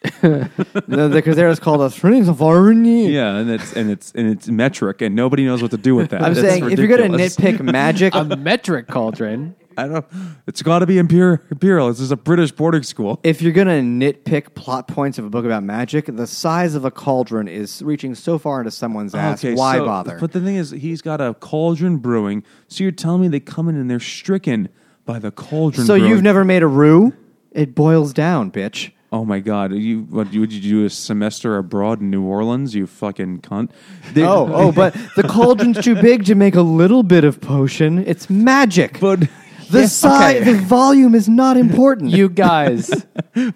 [SPEAKER 2] [LAUGHS]
[SPEAKER 3] because there is called a cauldron.
[SPEAKER 2] yeah, and it's and it's and it's metric, and nobody knows what to do with that.
[SPEAKER 3] I'm
[SPEAKER 2] That's
[SPEAKER 3] saying if you're going to
[SPEAKER 2] ridiculous. [LAUGHS]
[SPEAKER 3] nitpick magic,
[SPEAKER 1] a metric cauldron.
[SPEAKER 2] I don't. It's got to be imperial. Imperial. This is a British boarding school.
[SPEAKER 3] if you're going to nitpick plot points of a book about magic, the size of a cauldron is reaching so far into someone's ass. Why
[SPEAKER 2] so-
[SPEAKER 3] bother?
[SPEAKER 2] But the thing is, he's got a cauldron brewing. So you're telling me they come in and they're stricken by the cauldron.
[SPEAKER 3] so
[SPEAKER 2] brewing.
[SPEAKER 3] you've never made a roux? It boils down, bitch.
[SPEAKER 2] Oh my God! You what? you- Would you do a semester abroad in New Orleans? You fucking cunt! They-
[SPEAKER 3] Oh, oh, but the cauldron's too big to make a little bit of potion. It's
[SPEAKER 2] [LAUGHS]
[SPEAKER 3] magic.
[SPEAKER 2] but [LAUGHS]
[SPEAKER 3] the size,
[SPEAKER 1] okay.
[SPEAKER 3] the volume is [LAUGHS] not important.
[SPEAKER 1] You guys,
[SPEAKER 2] [LAUGHS]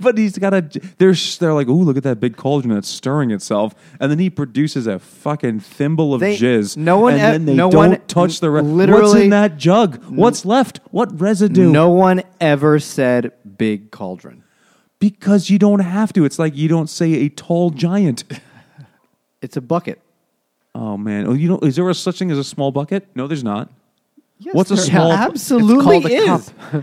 [SPEAKER 2] but he's got a. They're sh- they're like, oh, look at that big cauldron that's stirring itself, and then he produces a fucking thimble of
[SPEAKER 3] They-
[SPEAKER 2] jizz.
[SPEAKER 3] no one
[SPEAKER 2] and
[SPEAKER 3] ev-
[SPEAKER 2] then they
[SPEAKER 3] no
[SPEAKER 2] don't
[SPEAKER 3] one-
[SPEAKER 2] touch the. Re- What's
[SPEAKER 3] literally-
[SPEAKER 2] in that jug? What's left? What residue?
[SPEAKER 3] no one ever said big cauldron.
[SPEAKER 2] because you don't have to. It's like you don't say a tall giant. [LAUGHS]
[SPEAKER 3] It's a bucket.
[SPEAKER 2] Oh man! Oh, you know, is there a such thing as a small bucket? No, there's not.
[SPEAKER 3] Yes,
[SPEAKER 2] What's a
[SPEAKER 3] there [LAUGHS]
[SPEAKER 2] small-
[SPEAKER 3] Absolutely
[SPEAKER 1] It's called a
[SPEAKER 3] is.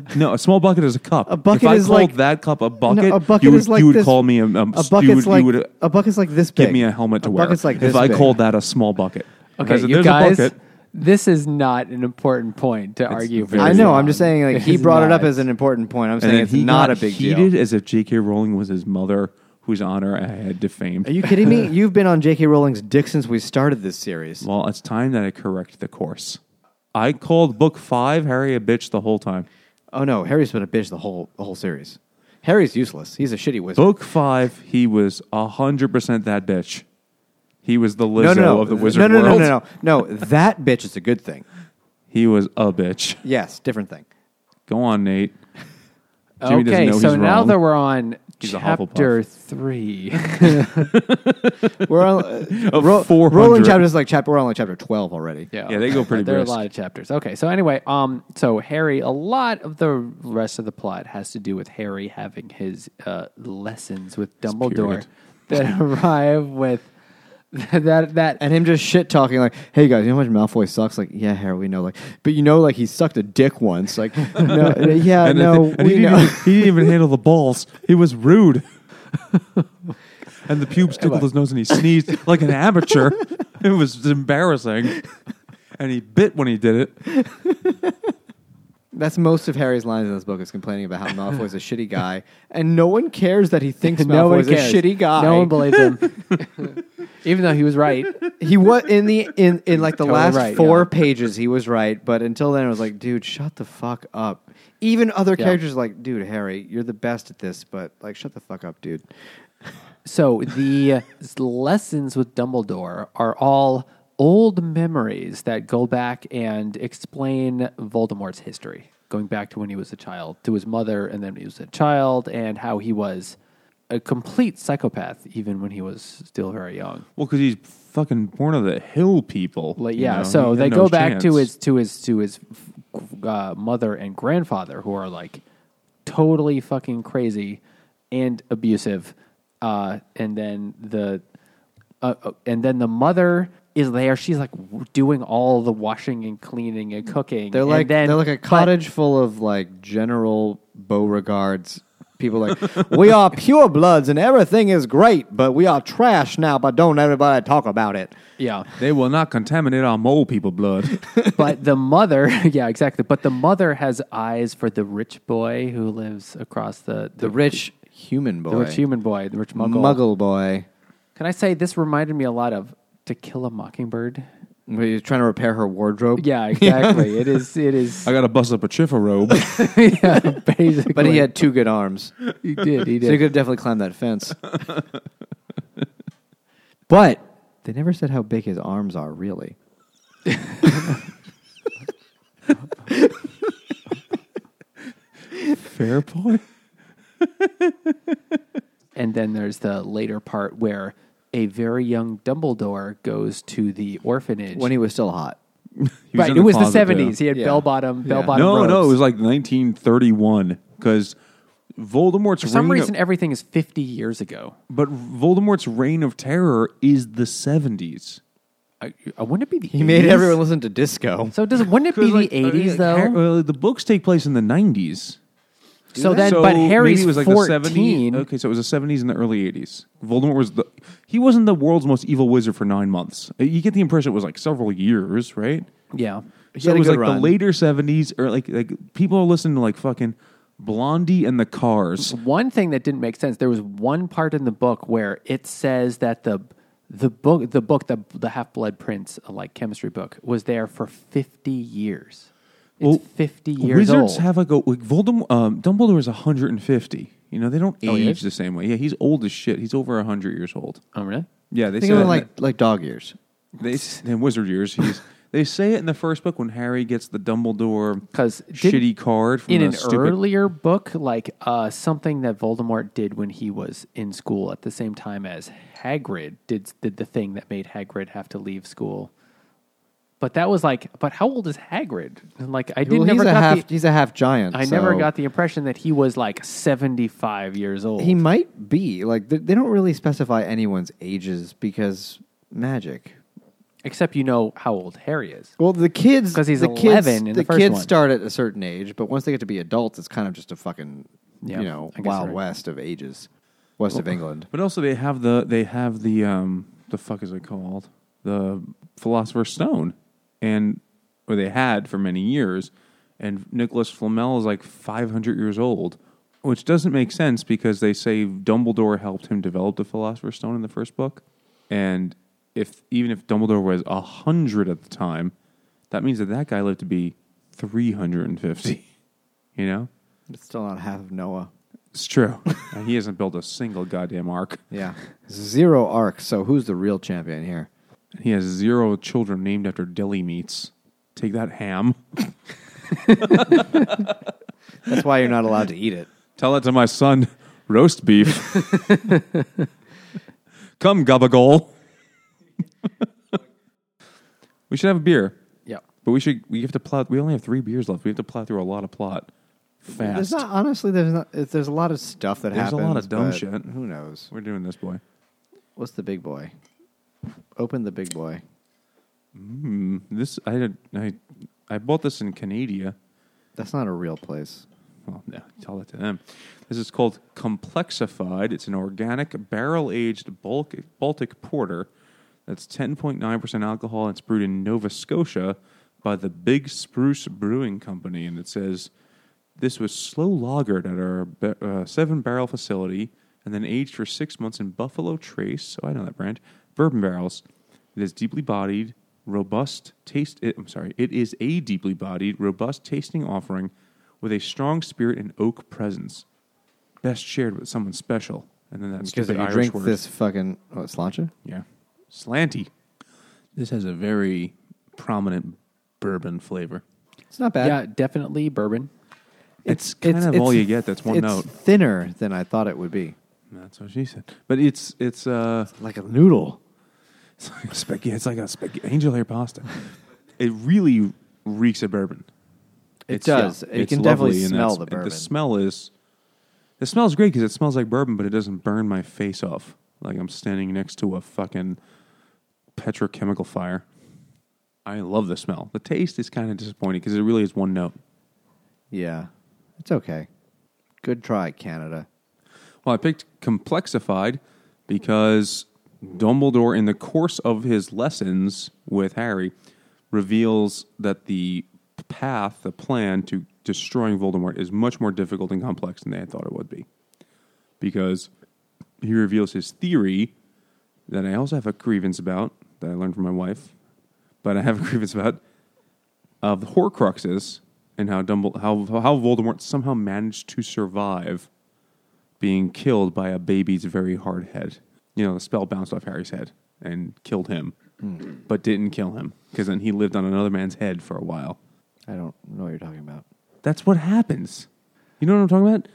[SPEAKER 1] cup.
[SPEAKER 2] [LAUGHS] no, a small bucket is a cup.
[SPEAKER 3] A bucket
[SPEAKER 2] if I
[SPEAKER 3] is
[SPEAKER 2] called
[SPEAKER 3] like-
[SPEAKER 2] that cup a bucket.
[SPEAKER 3] No, a bucket
[SPEAKER 2] you would,
[SPEAKER 3] is like
[SPEAKER 2] you would
[SPEAKER 3] this-
[SPEAKER 2] call me a, a,
[SPEAKER 3] A
[SPEAKER 2] you
[SPEAKER 3] bucket's
[SPEAKER 2] would,
[SPEAKER 3] like
[SPEAKER 2] you would
[SPEAKER 3] a bucket's like this big.
[SPEAKER 2] give me a helmet to
[SPEAKER 3] a
[SPEAKER 2] wear.
[SPEAKER 3] Bucket's like
[SPEAKER 2] if
[SPEAKER 3] this
[SPEAKER 2] I
[SPEAKER 3] big.
[SPEAKER 2] called that a small bucket.
[SPEAKER 1] okay,
[SPEAKER 2] Because if
[SPEAKER 1] you
[SPEAKER 2] there's a
[SPEAKER 1] guys,
[SPEAKER 2] bucket,
[SPEAKER 1] this is not an important point to argue. for
[SPEAKER 2] very
[SPEAKER 3] I
[SPEAKER 1] this
[SPEAKER 3] know.
[SPEAKER 1] long.
[SPEAKER 3] I'm just saying. Like
[SPEAKER 2] [LAUGHS]
[SPEAKER 1] This
[SPEAKER 3] he
[SPEAKER 1] is
[SPEAKER 3] brought it up
[SPEAKER 1] not.
[SPEAKER 3] as an important point. I'm
[SPEAKER 2] and
[SPEAKER 3] saying
[SPEAKER 2] then
[SPEAKER 3] it's
[SPEAKER 2] he
[SPEAKER 3] not
[SPEAKER 2] got
[SPEAKER 3] a big
[SPEAKER 2] heated [LAUGHS]
[SPEAKER 3] deal.
[SPEAKER 2] as if J.K. Rowling was his mother, whose honor I had defamed.
[SPEAKER 3] Are you kidding me? You've been on J.K. Rowling's dick since we started this series.
[SPEAKER 2] well, it's time that I correct the course. I called book five Harry a bitch the whole time.
[SPEAKER 3] Oh no, Harry's been a bitch the whole the whole series. Harry's useless. He's a shitty wizard.
[SPEAKER 2] Book five, he was hundred percent that bitch. He was the Lizzo
[SPEAKER 3] no, no, no,
[SPEAKER 2] of the wizard
[SPEAKER 3] no, no,
[SPEAKER 2] world.
[SPEAKER 3] no, no, no, no. That bitch is a good thing.
[SPEAKER 2] He was a bitch.
[SPEAKER 3] Yes, different thing.
[SPEAKER 2] Go on, Nate. Jimmy doesn't
[SPEAKER 1] okay,
[SPEAKER 2] know
[SPEAKER 1] so
[SPEAKER 2] he's
[SPEAKER 1] now
[SPEAKER 2] wrong.
[SPEAKER 1] that we're on
[SPEAKER 2] He's a Hufflepuff.
[SPEAKER 1] chapter three, [LAUGHS]
[SPEAKER 3] We're
[SPEAKER 2] [LAUGHS]
[SPEAKER 3] on uh,
[SPEAKER 2] Of
[SPEAKER 3] ro-
[SPEAKER 2] 400.
[SPEAKER 3] rolling chapters like chapter. We're on like chapter twelve already.
[SPEAKER 2] Yeah, they go
[SPEAKER 1] [LAUGHS]
[SPEAKER 2] pretty
[SPEAKER 1] There
[SPEAKER 2] brisk.
[SPEAKER 1] are a lot of chapters. Okay, so anyway, um, so Harry, a lot of the rest of the plot has to do with Harry having his uh, lessons with Dumbledore
[SPEAKER 2] period.
[SPEAKER 1] [LAUGHS] that arrive with that that
[SPEAKER 3] And him just shit talking like, "Hey guys, you know how much Malfoy sucks?" Like, "Yeah, Harry, we know." Like, but you know, like he sucked a dick
[SPEAKER 2] [LAUGHS]
[SPEAKER 3] once. Like, no, uh, yeah,
[SPEAKER 2] and I
[SPEAKER 3] no,
[SPEAKER 2] thi- and
[SPEAKER 3] we
[SPEAKER 2] he,
[SPEAKER 3] know.
[SPEAKER 2] didn't even, he didn't even handle the balls. He was rude. [LAUGHS] and the pubes tickled his nose and he sneezed like
[SPEAKER 1] [LAUGHS]
[SPEAKER 2] an amateur. it was embarrassing. And he bit when he did it.
[SPEAKER 3] [LAUGHS] That's most of Harry's lines in this book is complaining about
[SPEAKER 2] [LAUGHS]
[SPEAKER 3] how Malfoy's a shitty guy, and no one cares that he thinks
[SPEAKER 1] no one
[SPEAKER 3] Malfoy's a
[SPEAKER 1] cares.
[SPEAKER 3] shitty guy.
[SPEAKER 1] No one believes
[SPEAKER 2] [LAUGHS]
[SPEAKER 1] him, [LAUGHS] even though he was right.
[SPEAKER 3] he was in the in in like the
[SPEAKER 1] Totally
[SPEAKER 3] last
[SPEAKER 1] right,
[SPEAKER 3] four
[SPEAKER 1] yeah.
[SPEAKER 3] pages he was right, but until then it was like, dude, shut the fuck up. Even other
[SPEAKER 1] Yeah.
[SPEAKER 3] characters are like, dude, Harry, you're the best at this, but like, shut the fuck up, dude.
[SPEAKER 1] So the uh, lessons with Dumbledore are all old memories that go back and explain Voldemort's history, going back to when he was a child, to his mother, and then when he was a child, and how he was a complete psychopath even when he was still very young.
[SPEAKER 2] Well, because he's fucking born of the hill people.
[SPEAKER 1] Like,
[SPEAKER 2] you
[SPEAKER 1] yeah,
[SPEAKER 2] know?
[SPEAKER 1] so
[SPEAKER 2] He had
[SPEAKER 1] they
[SPEAKER 2] no
[SPEAKER 1] go back to
[SPEAKER 2] chance.
[SPEAKER 1] his to his to his uh, mother and grandfather, who are like totally fucking crazy and abusive, uh, and then the uh, uh, and then the mother is there. She's like w- doing all the washing and cleaning and cooking.
[SPEAKER 3] They're
[SPEAKER 1] And
[SPEAKER 3] like
[SPEAKER 1] then-
[SPEAKER 3] they're like a
[SPEAKER 1] but-
[SPEAKER 3] cottage full of like General Beauregard's people. Like [LAUGHS] we are pure bloods and everything is great, but we are trash now. But don't everybody talk about it.
[SPEAKER 1] [LAUGHS]
[SPEAKER 3] [LAUGHS]
[SPEAKER 1] yeah,
[SPEAKER 2] They will not contaminate our mole people blood.
[SPEAKER 1] but the mother, [LAUGHS] yeah, exactly. But the mother has eyes for the rich boy who lives across the
[SPEAKER 3] The rich human boy,
[SPEAKER 1] the rich human boy, the rich muggle.
[SPEAKER 3] muggle boy.
[SPEAKER 1] Can I say this reminded me a lot of To Kill a Mockingbird?
[SPEAKER 3] Where He's trying to repair her wardrobe.
[SPEAKER 1] Yeah, exactly. it is. It is.
[SPEAKER 2] I gotta bust up a chiffa robe.
[SPEAKER 1] [LAUGHS] yeah, basically.
[SPEAKER 3] but he had two good arms, so
[SPEAKER 1] [LAUGHS] He did. He
[SPEAKER 3] he
[SPEAKER 1] did.
[SPEAKER 3] could have definitely climbed that fence. but they never said how big his arms are really.
[SPEAKER 2] Fair point.
[SPEAKER 1] And then there's the later part where a very young Dumbledore goes to the orphanage.
[SPEAKER 3] When he was still hot.
[SPEAKER 2] He
[SPEAKER 1] right,
[SPEAKER 2] in
[SPEAKER 1] it was the
[SPEAKER 2] closet, yeah.
[SPEAKER 1] seventies. He had
[SPEAKER 3] Yeah.
[SPEAKER 1] bell bottom,
[SPEAKER 3] Yeah.
[SPEAKER 1] bell bottom.
[SPEAKER 2] No, no, it
[SPEAKER 1] robes.
[SPEAKER 2] was like 1931 because Voldemort's
[SPEAKER 1] for some
[SPEAKER 2] reign
[SPEAKER 1] reason
[SPEAKER 2] of,
[SPEAKER 1] everything is fifty years ago.
[SPEAKER 2] but Voldemort's reign of terror is the 70s.
[SPEAKER 1] I, I wouldn't it be the
[SPEAKER 3] He made
[SPEAKER 1] 80s?
[SPEAKER 3] everyone listen to disco.
[SPEAKER 1] So does wouldn't it be the eighties though?
[SPEAKER 2] Well, the books take place in the 90s.
[SPEAKER 1] so then, but
[SPEAKER 2] maybe
[SPEAKER 1] Harry's
[SPEAKER 2] it was like the 70s.
[SPEAKER 1] fourteen.
[SPEAKER 2] Okay, so it was the 70s and the early 80s. Voldemort was the he wasn't the world's most evil wizard for 9 months. Uh, You get the impression it was like several years, right?
[SPEAKER 1] Yeah,
[SPEAKER 3] He
[SPEAKER 2] So
[SPEAKER 3] had
[SPEAKER 2] it
[SPEAKER 3] a
[SPEAKER 2] was
[SPEAKER 3] good
[SPEAKER 2] like the
[SPEAKER 3] run.
[SPEAKER 2] later 70s or like like people are listening to like fucking Blondie and the Cars.
[SPEAKER 1] one thing that didn't make sense. There was one part in the book where it says that the the book the book the the Half Blood Prince uh, like chemistry book was there for fifty years. It's
[SPEAKER 2] Well,
[SPEAKER 1] fifty years
[SPEAKER 2] Wizards
[SPEAKER 1] old.
[SPEAKER 2] have like a like Voldemort. Um, Dumbledore is 150. You know they don't
[SPEAKER 1] Oh, he
[SPEAKER 2] age
[SPEAKER 1] is?
[SPEAKER 2] the same way. Yeah, he's old as shit. He's over 100 years old.
[SPEAKER 1] oh really?
[SPEAKER 2] Yeah, they
[SPEAKER 3] Think
[SPEAKER 2] say
[SPEAKER 3] of
[SPEAKER 2] that
[SPEAKER 3] it
[SPEAKER 2] in
[SPEAKER 3] like like dog ears.
[SPEAKER 2] the- they s- in Wizard years. He's
[SPEAKER 1] [LAUGHS]
[SPEAKER 2] they say it in the first book when Harry gets the Dumbledore
[SPEAKER 1] 'Cause didn't-
[SPEAKER 2] shitty card from
[SPEAKER 1] in
[SPEAKER 2] the
[SPEAKER 1] an
[SPEAKER 2] stupid.
[SPEAKER 1] earlier book, like uh, something that Voldemort did when he was in school at the same time as Hagrid did did the thing that made Hagrid have to leave school. But that was like, but how old is Hagrid? And like, I did
[SPEAKER 3] Well,
[SPEAKER 1] never
[SPEAKER 3] he's a
[SPEAKER 1] got
[SPEAKER 3] half
[SPEAKER 1] the,
[SPEAKER 3] he's a half giant.
[SPEAKER 1] I never
[SPEAKER 3] so
[SPEAKER 1] got the impression that he was like seventy five years old.
[SPEAKER 3] He might be like they, they don't really specify anyone's ages because magic.
[SPEAKER 1] Except you know how old Harry is.
[SPEAKER 3] Well, the kids
[SPEAKER 1] 'Cause he's
[SPEAKER 3] the
[SPEAKER 1] 11
[SPEAKER 3] kids,
[SPEAKER 1] in the
[SPEAKER 3] the
[SPEAKER 1] first
[SPEAKER 3] kids
[SPEAKER 1] one.
[SPEAKER 3] start at a certain age, but once they get to be adults, it's kind of just a fucking
[SPEAKER 1] Yeah,
[SPEAKER 3] you know
[SPEAKER 1] I guess
[SPEAKER 3] wild
[SPEAKER 1] you're right.
[SPEAKER 3] west of ages, west
[SPEAKER 2] [LAUGHS]
[SPEAKER 3] of England.
[SPEAKER 2] But also they have the they have the um the fuck is it called the Philosopher's Stone, and or they had for many years, and Nicholas Flamel is like five hundred years old, which doesn't make sense because they say Dumbledore helped him develop the Philosopher's Stone in the first book, and if even if Dumbledore was hundred at the time, that means that that guy lived to be three hundred and fifty. [LAUGHS] You know,
[SPEAKER 3] It's still not half of Noah.
[SPEAKER 2] it's true. and he hasn't built a single goddamn ark.
[SPEAKER 3] Yeah, zero arcs. So who's the real champion here?
[SPEAKER 2] He has zero children named after deli meats. Take that ham. [LAUGHS]
[SPEAKER 3] That's why you're not allowed to eat it.
[SPEAKER 2] Tell that to my son. Roast beef. [LAUGHS] Come, Gabagol. [LAUGHS] we should have a beer,
[SPEAKER 1] Yeah.
[SPEAKER 2] but we should. We have to plow. We only have three beers left. We have to plow through a lot of plot
[SPEAKER 3] There's
[SPEAKER 2] fast.
[SPEAKER 3] not honestly. There's not. it- There's a lot of stuff that
[SPEAKER 2] There's a
[SPEAKER 3] happens.
[SPEAKER 2] lot of dumb
[SPEAKER 3] but
[SPEAKER 2] shit.
[SPEAKER 3] Who knows?
[SPEAKER 2] We're doing this, boy.
[SPEAKER 3] What's the big boy? Open the big boy.
[SPEAKER 2] Mm, this I had. I I bought this in Canada.
[SPEAKER 3] That's not a real place.
[SPEAKER 2] well, no, tell that to them. This is called Complexified. It's an organic barrel aged bulk Baltic porter that's 10.9% alcohol. It's brewed in Nova Scotia by the Big Spruce Brewing Company. And it says this was slow lagered at our ba- uh, seven barrel facility and then aged for six months in Buffalo Trace. Oh, I know that brand. Bourbon barrels. It is deeply bodied, robust taste. It, I'm sorry. It is a deeply bodied, robust tasting offering with a strong spirit and oak presence. Best shared with someone special. And then that's
[SPEAKER 3] Because if you
[SPEAKER 2] Irish
[SPEAKER 3] drink
[SPEAKER 2] word.
[SPEAKER 3] this fucking oh, slancha,
[SPEAKER 2] Yeah. Slanty. This has a very prominent bourbon flavor.
[SPEAKER 3] it's not bad.
[SPEAKER 1] Yeah, definitely bourbon.
[SPEAKER 2] It's, kind of all you get. That's one
[SPEAKER 3] it's
[SPEAKER 2] note.
[SPEAKER 3] Thinner than I thought it would be.
[SPEAKER 2] That's what she said. But it's it's uh
[SPEAKER 3] Like a noodle.
[SPEAKER 2] it's like spaghetti. It's like a spaghetti angel hair pasta. It really reeks of bourbon.
[SPEAKER 3] It does. You can definitely
[SPEAKER 2] lovely, and
[SPEAKER 3] smell
[SPEAKER 2] that's-
[SPEAKER 3] the bourbon.
[SPEAKER 2] The smell is the smell's great because it smells like bourbon, but it doesn't burn my face off. like I'm standing next to a fucking petrochemical fire. I love the smell. The taste is kind of disappointing because it really is one note.
[SPEAKER 3] Yeah, it's okay. Good try, Canada.
[SPEAKER 2] Well, I picked complexified because Dumbledore, in the course of his lessons with Harry, reveals that the path, the plan to destroying Voldemort is much more difficult and complex than they had thought it would be. Because he reveals his theory that I also have a grievance about, that I learned from my wife, but I have a [LAUGHS] grievance about, of the Horcruxes and how, Dumbledore, how, how Voldemort somehow managed to survive being killed by a baby's very hard head. You know, the spell bounced off Harry's head and killed him,
[SPEAKER 3] Hmm.
[SPEAKER 2] but didn't kill him because then he lived on another man's head for a while.
[SPEAKER 3] I don't know what you're talking about.
[SPEAKER 2] That's what happens. You know what I'm talking about?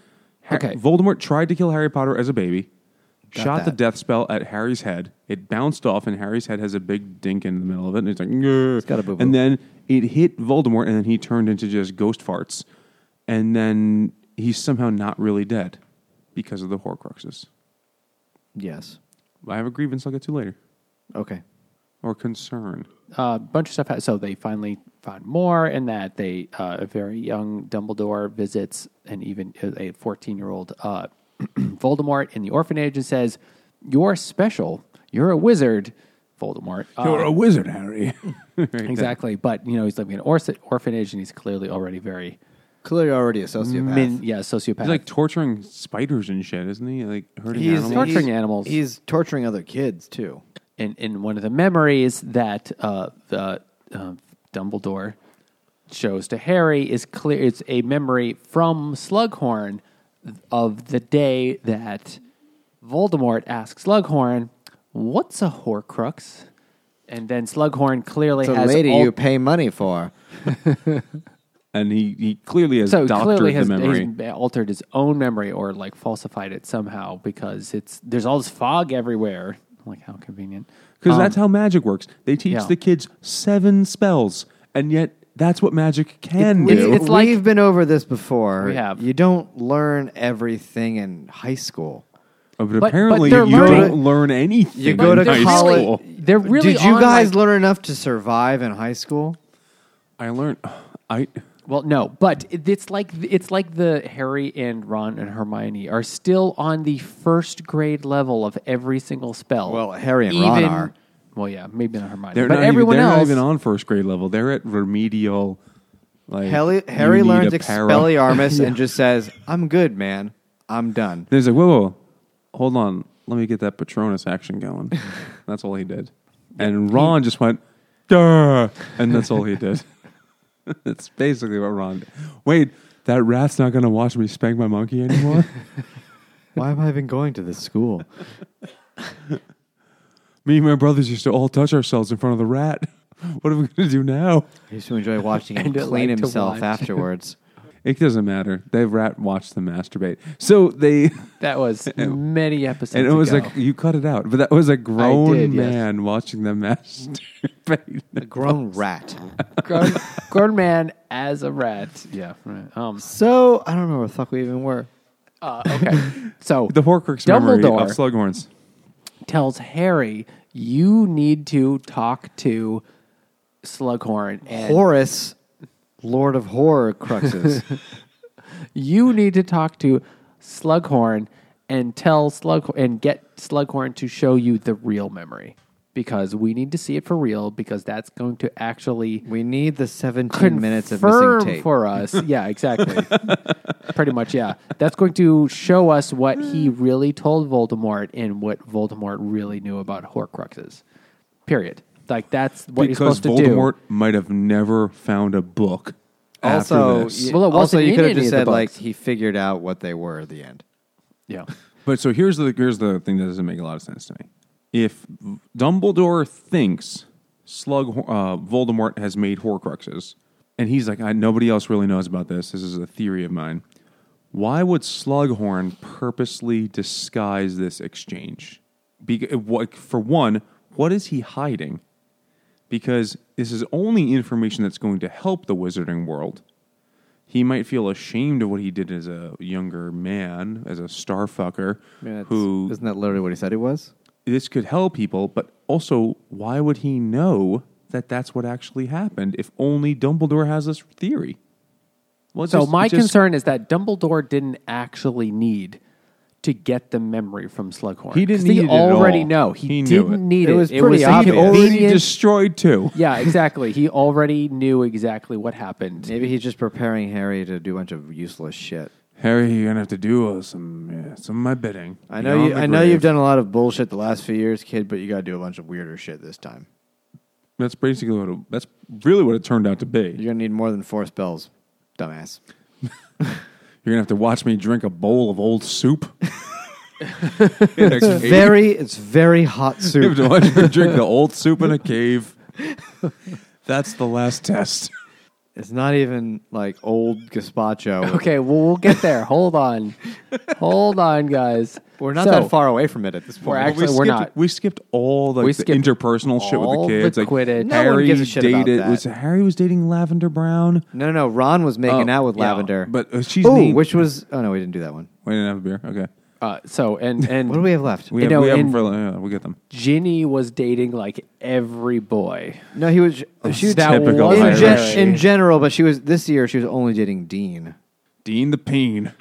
[SPEAKER 2] Har-
[SPEAKER 1] Okay.
[SPEAKER 2] Voldemort tried to kill Harry Potter as a baby,
[SPEAKER 3] Got
[SPEAKER 2] shot the
[SPEAKER 3] that.
[SPEAKER 2] death spell at Harry's head. It bounced off, and Harry's head has a big dink in the middle of it. And he's like, "Grr."
[SPEAKER 3] got a boo-boo.
[SPEAKER 2] And then it hit Voldemort, and then he turned into just ghost farts. And then he's somehow not really dead because of the Horcruxes.
[SPEAKER 3] Yes.
[SPEAKER 2] I have a grievance I'll get to later,
[SPEAKER 3] Okay.
[SPEAKER 2] or concern.
[SPEAKER 1] a Uh, bunch of stuff. ha- So they finally found more, and that they uh, a very young Dumbledore visits and even uh, a fourteen-year-old uh, [CLEARS THROAT] Voldemort in the orphanage and says, "You're special. You're a wizard." Voldemort. Uh,
[SPEAKER 2] You're a
[SPEAKER 1] [LAUGHS]
[SPEAKER 2] wizard, Harry.
[SPEAKER 1] exactly. But you know he's living in an orph- orphanage, and he's clearly already very
[SPEAKER 3] Clearly already a sociopath.
[SPEAKER 1] min- yeah sociopath.
[SPEAKER 2] He's like torturing spiders and shit, isn't he? Like hurting animals.
[SPEAKER 1] torturing animals.
[SPEAKER 3] He's torturing other kids too.
[SPEAKER 1] in, in one of the memories that uh, the uh, Dumbledore shows to Harry is clear. It's a memory from Slughorn of the day that Voldemort asks Slughorn, "What's a Horcrux?" And then Slughorn clearly
[SPEAKER 3] It's a
[SPEAKER 1] has
[SPEAKER 3] lady
[SPEAKER 1] all-
[SPEAKER 3] you pay money for.
[SPEAKER 2] and he, he clearly has
[SPEAKER 1] so
[SPEAKER 2] doctored
[SPEAKER 1] clearly has,
[SPEAKER 2] the memory.
[SPEAKER 1] has altered his own memory or like falsified it somehow because it's there's all this fog everywhere. Like how convenient.
[SPEAKER 2] Because that's how magic works. They teach
[SPEAKER 1] um, yeah.
[SPEAKER 2] the kids seven spels, and yet that's what magic can
[SPEAKER 1] It's-
[SPEAKER 2] do.
[SPEAKER 1] it's like-
[SPEAKER 3] we've been over this before.
[SPEAKER 1] We have.
[SPEAKER 3] You don't learn everything in high school.
[SPEAKER 2] Oh, but,
[SPEAKER 1] but
[SPEAKER 2] apparently,
[SPEAKER 1] they're
[SPEAKER 2] you
[SPEAKER 1] learning-
[SPEAKER 2] don't learn anything.
[SPEAKER 3] You go
[SPEAKER 2] in
[SPEAKER 3] to
[SPEAKER 1] they're
[SPEAKER 2] high
[SPEAKER 3] college.
[SPEAKER 2] school.
[SPEAKER 1] They're really
[SPEAKER 3] Did you
[SPEAKER 1] on,
[SPEAKER 3] guys
[SPEAKER 1] like-
[SPEAKER 3] learn enough to survive in high school?
[SPEAKER 2] I learned. I
[SPEAKER 1] Well, no, but it- it's like it's like the Harry and Ron and Hermione are still on the first grade level of every single spell.
[SPEAKER 3] Well, Harry and Ron
[SPEAKER 1] Even-
[SPEAKER 3] are.
[SPEAKER 1] Well, yeah, maybe not Hermione,
[SPEAKER 2] they're
[SPEAKER 1] but
[SPEAKER 2] not
[SPEAKER 1] everyone
[SPEAKER 2] even, they're
[SPEAKER 1] else.
[SPEAKER 2] not even on first grade level. They're at remedial. Like
[SPEAKER 3] Harry,
[SPEAKER 2] you
[SPEAKER 3] Harry
[SPEAKER 2] need
[SPEAKER 3] learns
[SPEAKER 2] a para.
[SPEAKER 3] Expelliarmus [LAUGHS] and just says, "I'm good, man. I'm done."
[SPEAKER 2] There's like, whoa, whoa, whoa, hold on. Let me get that Patronus
[SPEAKER 1] [LAUGHS]
[SPEAKER 2] action going. that's all he did. And Ron just went, Duh, and that's all he did. [LAUGHS] that's basically what Ron did. Wait, that rat's not going to watch me spank my monkey
[SPEAKER 1] [LAUGHS]
[SPEAKER 2] anymore?
[SPEAKER 3] Why am I even going to this school?
[SPEAKER 2] me and my brothers used to all touch ourselves in front of the rat. [LAUGHS] What are we going to do now?
[SPEAKER 3] I used to [LAUGHS] enjoy watching him
[SPEAKER 1] And I
[SPEAKER 3] clean
[SPEAKER 1] like to
[SPEAKER 3] himself
[SPEAKER 1] watch.
[SPEAKER 3] afterwards.
[SPEAKER 2] It doesn't matter. The rat watched them masturbate. So they, [LAUGHS]
[SPEAKER 1] That was many episodes.
[SPEAKER 2] and it was
[SPEAKER 1] ago.
[SPEAKER 2] like, you cut it out, but that was a grown
[SPEAKER 1] did, yes.
[SPEAKER 2] man watching them [LAUGHS] masturbate.
[SPEAKER 3] [LAUGHS] A grown rat.
[SPEAKER 1] [LAUGHS] grown, grown man as a rat. Yeah. Right. Um.
[SPEAKER 3] So I don't remember what the fuck we even were.
[SPEAKER 1] uh,
[SPEAKER 2] [LAUGHS]
[SPEAKER 1] okay. So
[SPEAKER 2] The Horcrux memory of
[SPEAKER 1] Dumbledore.
[SPEAKER 2] Slughorns.
[SPEAKER 1] tells Harry, "You need to talk to Slughorn and
[SPEAKER 3] Horus, Lord of Horror Cruxes. [LAUGHS]
[SPEAKER 1] You need to talk to Slughorn and tell Slug and get Slughorn to show you the real memory because we need to see it for real because that's going to actually
[SPEAKER 3] we need the 17 minutes of missing
[SPEAKER 1] confirm
[SPEAKER 3] tape.
[SPEAKER 1] for us.
[SPEAKER 3] [LAUGHS]
[SPEAKER 1] yeah, exactly. Pretty much, yeah. That's going to show us what he really told Voldemort and what Voldemort really knew about Horcruxes. Period. Like that's what you're
[SPEAKER 2] because
[SPEAKER 1] supposed
[SPEAKER 2] Voldemort
[SPEAKER 1] to do.
[SPEAKER 2] might have never found a book.
[SPEAKER 3] also,
[SPEAKER 2] after this.
[SPEAKER 3] you-
[SPEAKER 1] Well, it
[SPEAKER 3] also
[SPEAKER 1] wasn't
[SPEAKER 3] you
[SPEAKER 1] in
[SPEAKER 3] could have
[SPEAKER 1] any
[SPEAKER 3] just
[SPEAKER 1] of the
[SPEAKER 3] said like
[SPEAKER 1] books.
[SPEAKER 3] he figured out what they were at the end.
[SPEAKER 1] Yeah.
[SPEAKER 2] but so here's the here's the thing that doesn't make a lot of sense to me. If Dumbledore thinks Slug uh, Voldemort has made Horcruxes, and he's like, I, nobody else really knows about this. This is a theory of mine. Why would Slughorn purposely disguise this exchange? Be- what, for one, what is he hiding? because this is only information that's going to help the wizarding world. he might feel ashamed of what he did as a younger man, as a starfucker, who
[SPEAKER 3] isn't that literally what he said it was?
[SPEAKER 2] this could help people, but also, why would he know that that's what actually happened if only Dumbledore has this theory? Well, it
[SPEAKER 1] So
[SPEAKER 2] just-
[SPEAKER 1] my
[SPEAKER 2] it just-
[SPEAKER 1] concern is that Dumbledore didn't actually need to get the memory from Slughorn.
[SPEAKER 2] He didn't
[SPEAKER 1] 'Cause
[SPEAKER 2] need it at
[SPEAKER 1] already
[SPEAKER 2] all.
[SPEAKER 1] know he,
[SPEAKER 2] He knew
[SPEAKER 1] didn't
[SPEAKER 2] it.
[SPEAKER 1] need it.
[SPEAKER 3] It was pretty
[SPEAKER 2] He
[SPEAKER 3] obvious.
[SPEAKER 2] already
[SPEAKER 1] convenient.
[SPEAKER 2] destroyed two.
[SPEAKER 1] yeah, exactly. He already knew exactly what happened.
[SPEAKER 3] Maybe he's just preparing Harry to do a bunch of useless shit.
[SPEAKER 2] Harry, you're gonna have to do uh, some yeah, some of my bidding.
[SPEAKER 3] I know you, I know you've done a lot of bullshit the last few years, kid, but you got to do a bunch of weirder shit this time.
[SPEAKER 2] That's basically what. It, that's really what it turned out to be.
[SPEAKER 3] You're gonna need more than four spells, dumbass.
[SPEAKER 2] You're gonna have to watch me drink a bowl of old
[SPEAKER 3] [LAUGHS]
[SPEAKER 2] soup. in a cave.
[SPEAKER 3] Very, it's
[SPEAKER 2] [LAUGHS]
[SPEAKER 3] very hot
[SPEAKER 2] You have
[SPEAKER 3] soup.
[SPEAKER 2] to watch me drink the old soup
[SPEAKER 3] [LAUGHS]
[SPEAKER 2] in a cave. That's the last test.
[SPEAKER 3] it's not even like
[SPEAKER 2] [LAUGHS]
[SPEAKER 3] old gazpacho.
[SPEAKER 1] Okay, well we'll get there. Hold on, hold on, guys.
[SPEAKER 3] We're not
[SPEAKER 1] So,
[SPEAKER 3] that far away from it at this
[SPEAKER 1] We're
[SPEAKER 3] point.
[SPEAKER 1] actually-
[SPEAKER 2] we
[SPEAKER 1] we're
[SPEAKER 2] skipped,
[SPEAKER 1] not.
[SPEAKER 2] We skipped all like,
[SPEAKER 1] We
[SPEAKER 2] the
[SPEAKER 1] skipped
[SPEAKER 2] interpersonal shit with
[SPEAKER 1] all
[SPEAKER 2] the
[SPEAKER 1] the
[SPEAKER 2] kids. like
[SPEAKER 1] Quidditch.
[SPEAKER 2] Harry
[SPEAKER 1] No
[SPEAKER 3] one gives a shit about
[SPEAKER 2] dated
[SPEAKER 3] that.
[SPEAKER 2] was Harry was dating Lavender Brown.
[SPEAKER 3] no, no, Ron was making
[SPEAKER 2] Oh,
[SPEAKER 3] out with
[SPEAKER 2] yeah,
[SPEAKER 3] Lavender,
[SPEAKER 2] but, uh, she's
[SPEAKER 3] Ooh,
[SPEAKER 2] named-
[SPEAKER 3] which was oh no, we didn't do that one.
[SPEAKER 2] We didn't have a beer. Okay,
[SPEAKER 1] Uh, so
[SPEAKER 2] [LAUGHS]
[SPEAKER 1] and and
[SPEAKER 3] What do we have left?
[SPEAKER 2] we
[SPEAKER 1] You
[SPEAKER 2] have,
[SPEAKER 1] know,
[SPEAKER 2] we have them
[SPEAKER 1] and-
[SPEAKER 2] for yeah, we get them.
[SPEAKER 1] Ginny was dating like every boy.
[SPEAKER 3] no, he was she was
[SPEAKER 1] That
[SPEAKER 2] typical
[SPEAKER 1] wasn't
[SPEAKER 3] in,
[SPEAKER 2] Irish.
[SPEAKER 1] very-
[SPEAKER 3] gen- in general, but she was this year. She was only dating Dean.
[SPEAKER 2] Dean the Peen.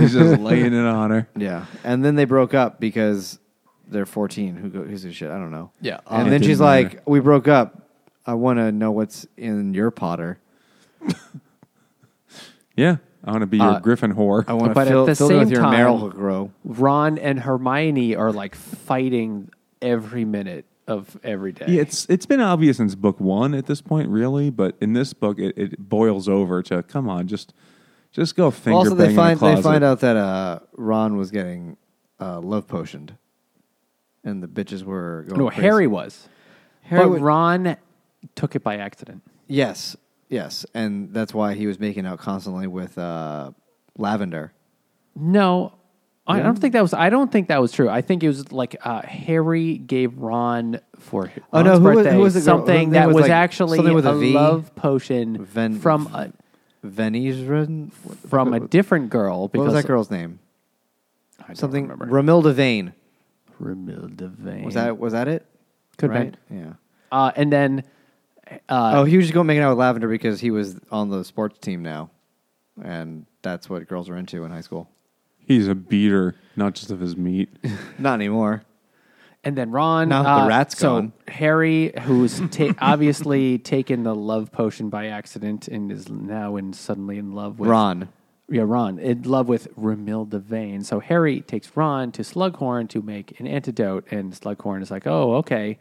[SPEAKER 2] [LAUGHS] he's just laying it on her.
[SPEAKER 3] Yeah, and then they broke up because they're fourteen. Who go, who's this shit? I don't know.
[SPEAKER 1] Yeah.
[SPEAKER 3] and
[SPEAKER 2] It
[SPEAKER 3] then she's
[SPEAKER 2] didn't matter.
[SPEAKER 3] like, "We broke up. I want to know what's in your Potter.
[SPEAKER 2] Yeah, I want to be your
[SPEAKER 3] Uh,
[SPEAKER 2] Griffin whore.
[SPEAKER 3] I want to
[SPEAKER 1] But at
[SPEAKER 3] fill,
[SPEAKER 1] the
[SPEAKER 3] fill it with
[SPEAKER 1] same
[SPEAKER 3] your
[SPEAKER 1] time-
[SPEAKER 3] Meryl grow."
[SPEAKER 1] Ron and Hermione are like fighting every minute of every day.
[SPEAKER 2] Yeah, it's it's been obvious since book one at this point, really. But in this book, it, it boils over to come on, just just go finger
[SPEAKER 3] Also,
[SPEAKER 2] bang
[SPEAKER 3] they find
[SPEAKER 2] in the closet.
[SPEAKER 3] they find out that uh, Ron was getting uh, love potioned, and the bitches were going.
[SPEAKER 1] no,
[SPEAKER 3] crazy.
[SPEAKER 1] Harry was.
[SPEAKER 3] Harry
[SPEAKER 1] but
[SPEAKER 3] would-
[SPEAKER 1] Ron took it by accident.
[SPEAKER 3] Yes, yes, and that's why he was making out constantly with uh, Lavender.
[SPEAKER 1] No, I don't think that was. I don't think that was true. I think it was like uh, Harry gave Ron for Ron's
[SPEAKER 3] Oh, no, who was- who
[SPEAKER 1] birthday
[SPEAKER 3] was the girl-
[SPEAKER 1] something
[SPEAKER 3] who-
[SPEAKER 1] that
[SPEAKER 3] was,
[SPEAKER 1] was,
[SPEAKER 3] like,
[SPEAKER 1] actually
[SPEAKER 3] something with a
[SPEAKER 1] a
[SPEAKER 3] V?
[SPEAKER 1] love potion
[SPEAKER 3] Ven-
[SPEAKER 1] from a,
[SPEAKER 3] Venizren
[SPEAKER 1] from a different girl.
[SPEAKER 3] What
[SPEAKER 1] Because
[SPEAKER 3] was that girl's name?
[SPEAKER 1] I don't
[SPEAKER 3] Something
[SPEAKER 1] remember.
[SPEAKER 3] Ramilda Vane.
[SPEAKER 1] Romilda Vane.
[SPEAKER 3] Was that was that it?
[SPEAKER 1] Could
[SPEAKER 3] right?
[SPEAKER 1] be.
[SPEAKER 3] Yeah.
[SPEAKER 1] Uh, and then
[SPEAKER 3] oh, he was just going making out with Lavender because he was on the sports team now, and that's what girls are into in high school.
[SPEAKER 2] he's a beater, not just of his meat. [LAUGHS]
[SPEAKER 3] Not anymore.
[SPEAKER 1] And then Ron. uh,
[SPEAKER 3] Now that the rat's
[SPEAKER 1] so
[SPEAKER 3] gone.
[SPEAKER 1] Harry,
[SPEAKER 3] [LAUGHS]
[SPEAKER 1] who's ta- obviously taken the love potion by accident and is now in suddenly in love with
[SPEAKER 3] Ron.
[SPEAKER 1] Yeah, Ron in love with Ramilda Vane. So Harry takes Ron to Slughorn to make an antidote, and Slughorn is like, "Oh, okay,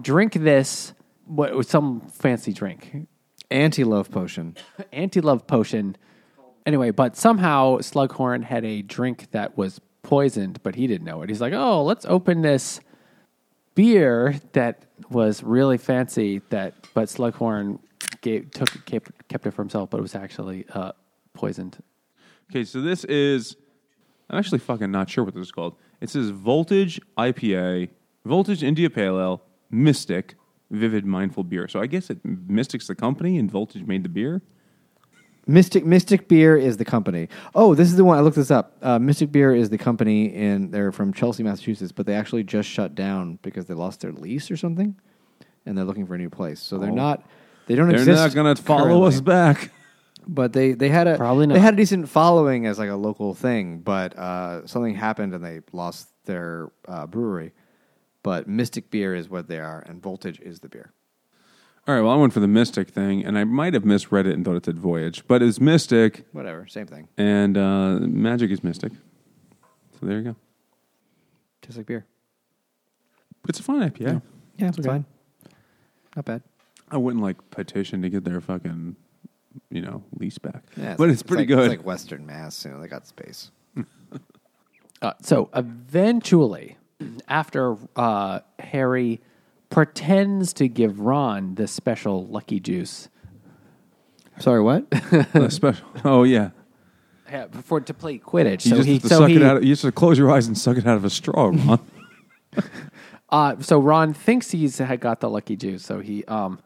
[SPEAKER 1] drink this. What some fancy drink?
[SPEAKER 3] Anti love potion.
[SPEAKER 1] anti love potion. Anyway, but somehow Slughorn had a drink that was poisoned, but he didn't know it. He's like, oh, let's open this beer that was really fancy. That but Slughorn gave, took kept, kept it for himself, but it was actually uh, poisoned.
[SPEAKER 2] Okay, so this is I'm actually fucking not sure what this is called. It says Voltage IPA, Voltage India Pale Ale, Mystic, Vivid Mindful Beer. So I guess it Mystic's the company and Voltage made the beer.
[SPEAKER 3] Mystic Mystic Beer is the company. Oh, this is the one I looked this up. Uh, Mystic Beer is the company, and they're from Chelsea, Massachusetts, but they actually just shut down because they lost their lease or something, and they're looking for a new place. So
[SPEAKER 1] Oh.
[SPEAKER 3] they're not. They don't
[SPEAKER 2] They're
[SPEAKER 3] exist.
[SPEAKER 2] not gonna follow us
[SPEAKER 3] currently.
[SPEAKER 2] back. [LAUGHS]
[SPEAKER 3] but they they had a
[SPEAKER 1] Probably not.
[SPEAKER 3] they had a decent following as like a local thing, but uh, something happened and they lost their uh, brewery. But Mystic Beer is what they are, and Voltage is the beer.
[SPEAKER 2] All right, well, I went for the Mystic thing, and I might have misread it and thought it said Voyage, but it's Mystic,
[SPEAKER 3] Whatever, same thing.
[SPEAKER 2] and uh, magic is Mystic. So there you go.
[SPEAKER 3] Tastes like beer.
[SPEAKER 2] It's a fun IPA.
[SPEAKER 3] Yeah, it's fine. Not bad.
[SPEAKER 2] I wouldn't like petition to get their fucking, you know, lease back,
[SPEAKER 3] Yeah,
[SPEAKER 2] but it's, pretty good.
[SPEAKER 3] It's like Western Mass, you know, they got space.
[SPEAKER 1] Uh, so eventually, after uh, Harry pretends to give Ron this special lucky juice
[SPEAKER 3] Sorry, what?
[SPEAKER 2] [LAUGHS] A special. Oh yeah,
[SPEAKER 1] uh, for to play Quidditch,
[SPEAKER 2] you
[SPEAKER 1] so
[SPEAKER 2] just
[SPEAKER 1] he
[SPEAKER 2] have to
[SPEAKER 1] so
[SPEAKER 2] suck
[SPEAKER 1] he
[SPEAKER 2] it out. Of, you just have to close your eyes and suck it out of a [LAUGHS] straw, Ron.
[SPEAKER 1] Uh, so Ron thinks he's had got the lucky juice, so he um,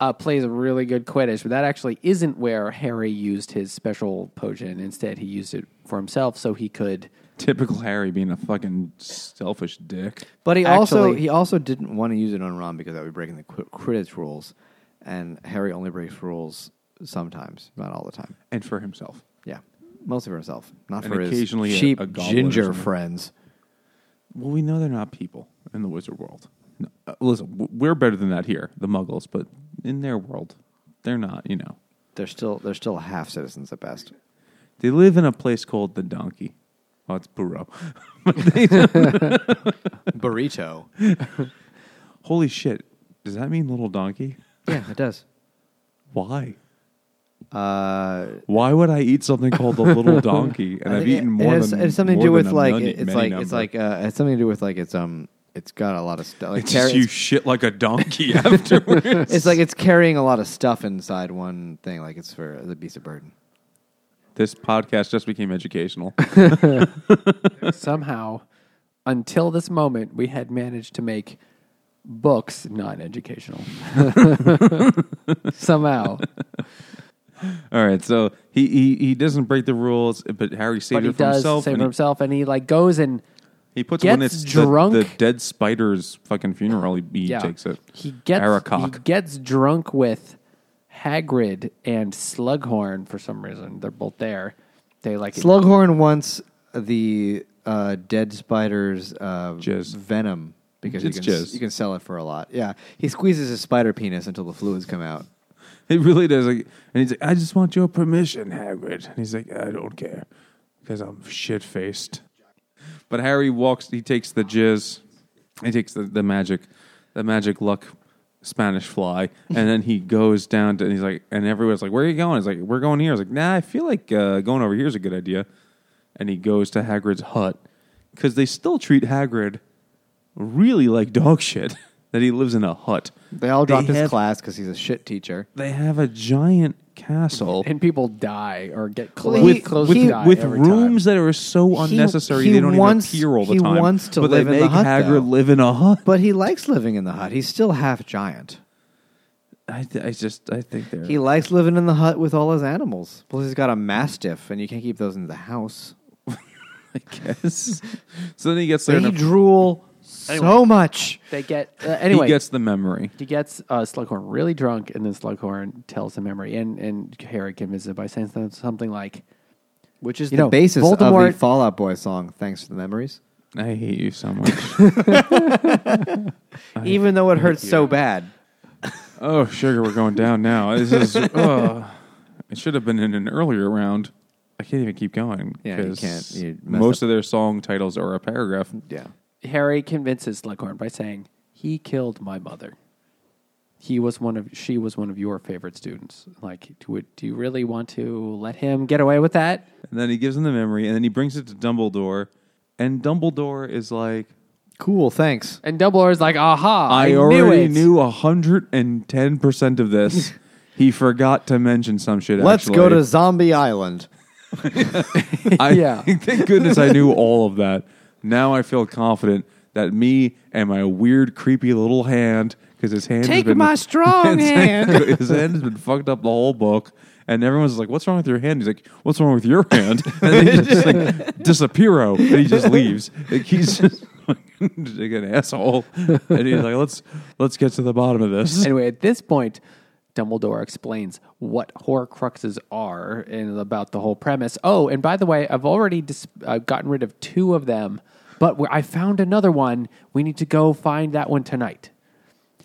[SPEAKER 1] uh, plays really good Quidditch, but that actually isn't where Harry used his special potion. Instead, he used it for himself so he
[SPEAKER 2] [LAUGHS]
[SPEAKER 1] could.
[SPEAKER 2] Typical Harry being a fucking selfish dick.
[SPEAKER 3] [LAUGHS] But he also
[SPEAKER 1] Actually-
[SPEAKER 3] he also didn't want to use it on Ron because that would be breaking the Qu- Quidditch rules, and Harry only breaks rules sometimes, not all the time.
[SPEAKER 2] And for himself.
[SPEAKER 3] Yeah, mostly for himself, not
[SPEAKER 2] And
[SPEAKER 3] for his
[SPEAKER 2] occasionally a-
[SPEAKER 3] cheap
[SPEAKER 2] a goblet or
[SPEAKER 3] ginger
[SPEAKER 2] something.
[SPEAKER 3] friends.
[SPEAKER 2] Well, we know they're not people in the wizard world. No, uh, listen, w- we're better than that here, the muggles, but in their world, they're not, you know.
[SPEAKER 3] They're still they're still half citizens at best.
[SPEAKER 2] They live in a place called the Donkey. Oh, it's Burrow. But they-
[SPEAKER 3] Burrito.
[SPEAKER 2] [LAUGHS] holy shit. Does that mean little donkey?
[SPEAKER 3] [LAUGHS] yeah, it does.
[SPEAKER 2] Why?
[SPEAKER 3] Uh,
[SPEAKER 2] Why would I eat something called the
[SPEAKER 3] [LAUGHS]
[SPEAKER 2] little donkey? And
[SPEAKER 3] I
[SPEAKER 2] I've
[SPEAKER 3] think
[SPEAKER 2] eaten
[SPEAKER 3] it-
[SPEAKER 2] more
[SPEAKER 3] it has,
[SPEAKER 2] than
[SPEAKER 3] it has something to
[SPEAKER 2] more
[SPEAKER 3] do
[SPEAKER 2] than a
[SPEAKER 3] with like
[SPEAKER 2] many-
[SPEAKER 3] it- it's
[SPEAKER 2] many
[SPEAKER 3] like
[SPEAKER 2] number. [LAUGHS]
[SPEAKER 3] it's like uh, it's something to do with like it's um it's got a lot of stuff. Like
[SPEAKER 2] It's
[SPEAKER 3] carry-
[SPEAKER 2] just you
[SPEAKER 3] it's-
[SPEAKER 2] shit like a
[SPEAKER 3] [LAUGHS]
[SPEAKER 2] donkey afterwards.
[SPEAKER 3] it's like it's carrying a lot of stuff inside one thing. Like it's for the beast of burden.
[SPEAKER 2] this podcast just became
[SPEAKER 3] [LAUGHS]
[SPEAKER 2] educational.
[SPEAKER 1] somehow, until this moment, we had managed to make books non educational. [LAUGHS] somehow.
[SPEAKER 2] All right, so he, he he doesn't break the rules, but Harry saves
[SPEAKER 1] but he
[SPEAKER 2] it for
[SPEAKER 1] does
[SPEAKER 2] himself.
[SPEAKER 1] save
[SPEAKER 2] and
[SPEAKER 1] for
[SPEAKER 2] he-
[SPEAKER 1] himself and he like goes and
[SPEAKER 2] He puts
[SPEAKER 1] Gets
[SPEAKER 2] when it's the-
[SPEAKER 1] drunk.
[SPEAKER 2] The, dead spider's fucking funeral. He, he
[SPEAKER 1] yeah,
[SPEAKER 2] takes it.
[SPEAKER 1] He gets
[SPEAKER 2] Aracock.
[SPEAKER 1] he gets drunk with Hagrid and Slughorn for some reason. They're both there. They like
[SPEAKER 3] Slughorn wants the uh, dead spider's uh,
[SPEAKER 2] Jizz.
[SPEAKER 3] venom because
[SPEAKER 2] It's
[SPEAKER 3] you can,
[SPEAKER 2] jizz.
[SPEAKER 3] you can sell it for a lot. Yeah, he squeezes his spider penis until the fluids come out.
[SPEAKER 2] [LAUGHS] It really does. Like, and he's like, "I just want your permission, Hagrid." And he's like, "I don't care, because I'm shit faced." But Harry walks. He takes the jizz. He takes the, the magic, the magic luck Spanish fly, and then he goes down to. And he's like, and everyone's like, "Where are you going?" He's like, "We're going here." I was like, "Nah, I feel like uh, going over here is a good idea." And he goes to Hagrid's hut because they still treat Hagrid really like dog shit. [LAUGHS] That he lives in a hut.
[SPEAKER 3] They all drop his
[SPEAKER 2] have-
[SPEAKER 3] class because he's a shit teacher.
[SPEAKER 2] They have a giant castle
[SPEAKER 1] and people die or get
[SPEAKER 3] Well,
[SPEAKER 1] close
[SPEAKER 3] he-
[SPEAKER 2] with
[SPEAKER 1] close
[SPEAKER 2] with,
[SPEAKER 1] to die
[SPEAKER 2] with
[SPEAKER 1] every
[SPEAKER 2] rooms that are so unnecessary
[SPEAKER 3] he
[SPEAKER 2] they don't
[SPEAKER 3] wants-
[SPEAKER 2] even appear all the
[SPEAKER 3] he
[SPEAKER 2] time.
[SPEAKER 3] wants to
[SPEAKER 2] but
[SPEAKER 3] live in
[SPEAKER 2] they
[SPEAKER 3] the
[SPEAKER 2] make
[SPEAKER 3] hut,
[SPEAKER 2] Hagrid
[SPEAKER 3] though.
[SPEAKER 2] live in a hut.
[SPEAKER 3] But he likes living in the hut. He's still half giant.
[SPEAKER 2] I, th- I just I think they're
[SPEAKER 3] He likes living in the hut with all his animals. Plus, he's got a mastiff, and you can't keep those in the house.
[SPEAKER 2] I
[SPEAKER 3] [LAUGHS]
[SPEAKER 2] guess. so then he gets there.
[SPEAKER 3] They
[SPEAKER 2] And he,
[SPEAKER 3] drool so much.
[SPEAKER 1] They get uh, anyway.
[SPEAKER 2] he gets the memory.
[SPEAKER 1] He gets uh, Slughorn really drunk, and then Slughorn tells the memory, and and Harry convinces it by saying some- something like,
[SPEAKER 3] Which is
[SPEAKER 1] You
[SPEAKER 3] the
[SPEAKER 1] know,
[SPEAKER 3] basis of
[SPEAKER 1] Voldemort-
[SPEAKER 3] the Fallout Boy song, Thanks to the Memories.
[SPEAKER 2] I hate you so
[SPEAKER 3] [LAUGHS]
[SPEAKER 2] much.
[SPEAKER 3] Even though it hurts so bad.
[SPEAKER 2] oh sugar, we're going down now. This
[SPEAKER 3] [LAUGHS]
[SPEAKER 2] is. Uh, it should have been in an earlier round. I can't even keep going.
[SPEAKER 3] Yeah, you
[SPEAKER 2] 'cause
[SPEAKER 3] can't. You messed
[SPEAKER 2] most
[SPEAKER 3] up.
[SPEAKER 2] of their song titles are a paragraph.
[SPEAKER 3] Yeah.
[SPEAKER 1] Harry convinces Slughorn by saying, "He killed my mother. He was one of she was one of your favorite students. Like, do, it- do you really want to let him get away with that?
[SPEAKER 2] And then he gives him the memory, and then he brings it to Dumbledore, and Dumbledore is like,
[SPEAKER 3] Cool, thanks.
[SPEAKER 1] And Dumbledore's like, "Aha!
[SPEAKER 2] I,
[SPEAKER 1] knew
[SPEAKER 2] already
[SPEAKER 1] it.
[SPEAKER 2] knew hundred and ten percent of this. he forgot to mention some shit.
[SPEAKER 3] Let's
[SPEAKER 2] actually.
[SPEAKER 3] go to Zombie Island.
[SPEAKER 2] I,
[SPEAKER 1] Yeah.
[SPEAKER 2] [LAUGHS] thank goodness I knew all of that. Now I feel confident that me and my weird, creepy little hand, because his hand has
[SPEAKER 3] Take
[SPEAKER 2] been,
[SPEAKER 3] my strong
[SPEAKER 2] [LAUGHS]
[SPEAKER 3] hand.
[SPEAKER 2] his hand has been fucked up the whole book. And everyone's like, "What's wrong with your hand?" He's like, "What's wrong with your hand?" [LAUGHS] And then he just like disappearo, and he just leaves. Like he's [LAUGHS] just fucking like an asshole. And he's like, "Let's let's get to the bottom of this."
[SPEAKER 1] Anyway, at this point, Dumbledore explains what Horcruxes are and about the whole premise. Oh, and by the way, I've already dis- uh, gotten rid of two of them, but we- I found another one. We need to go find that one tonight.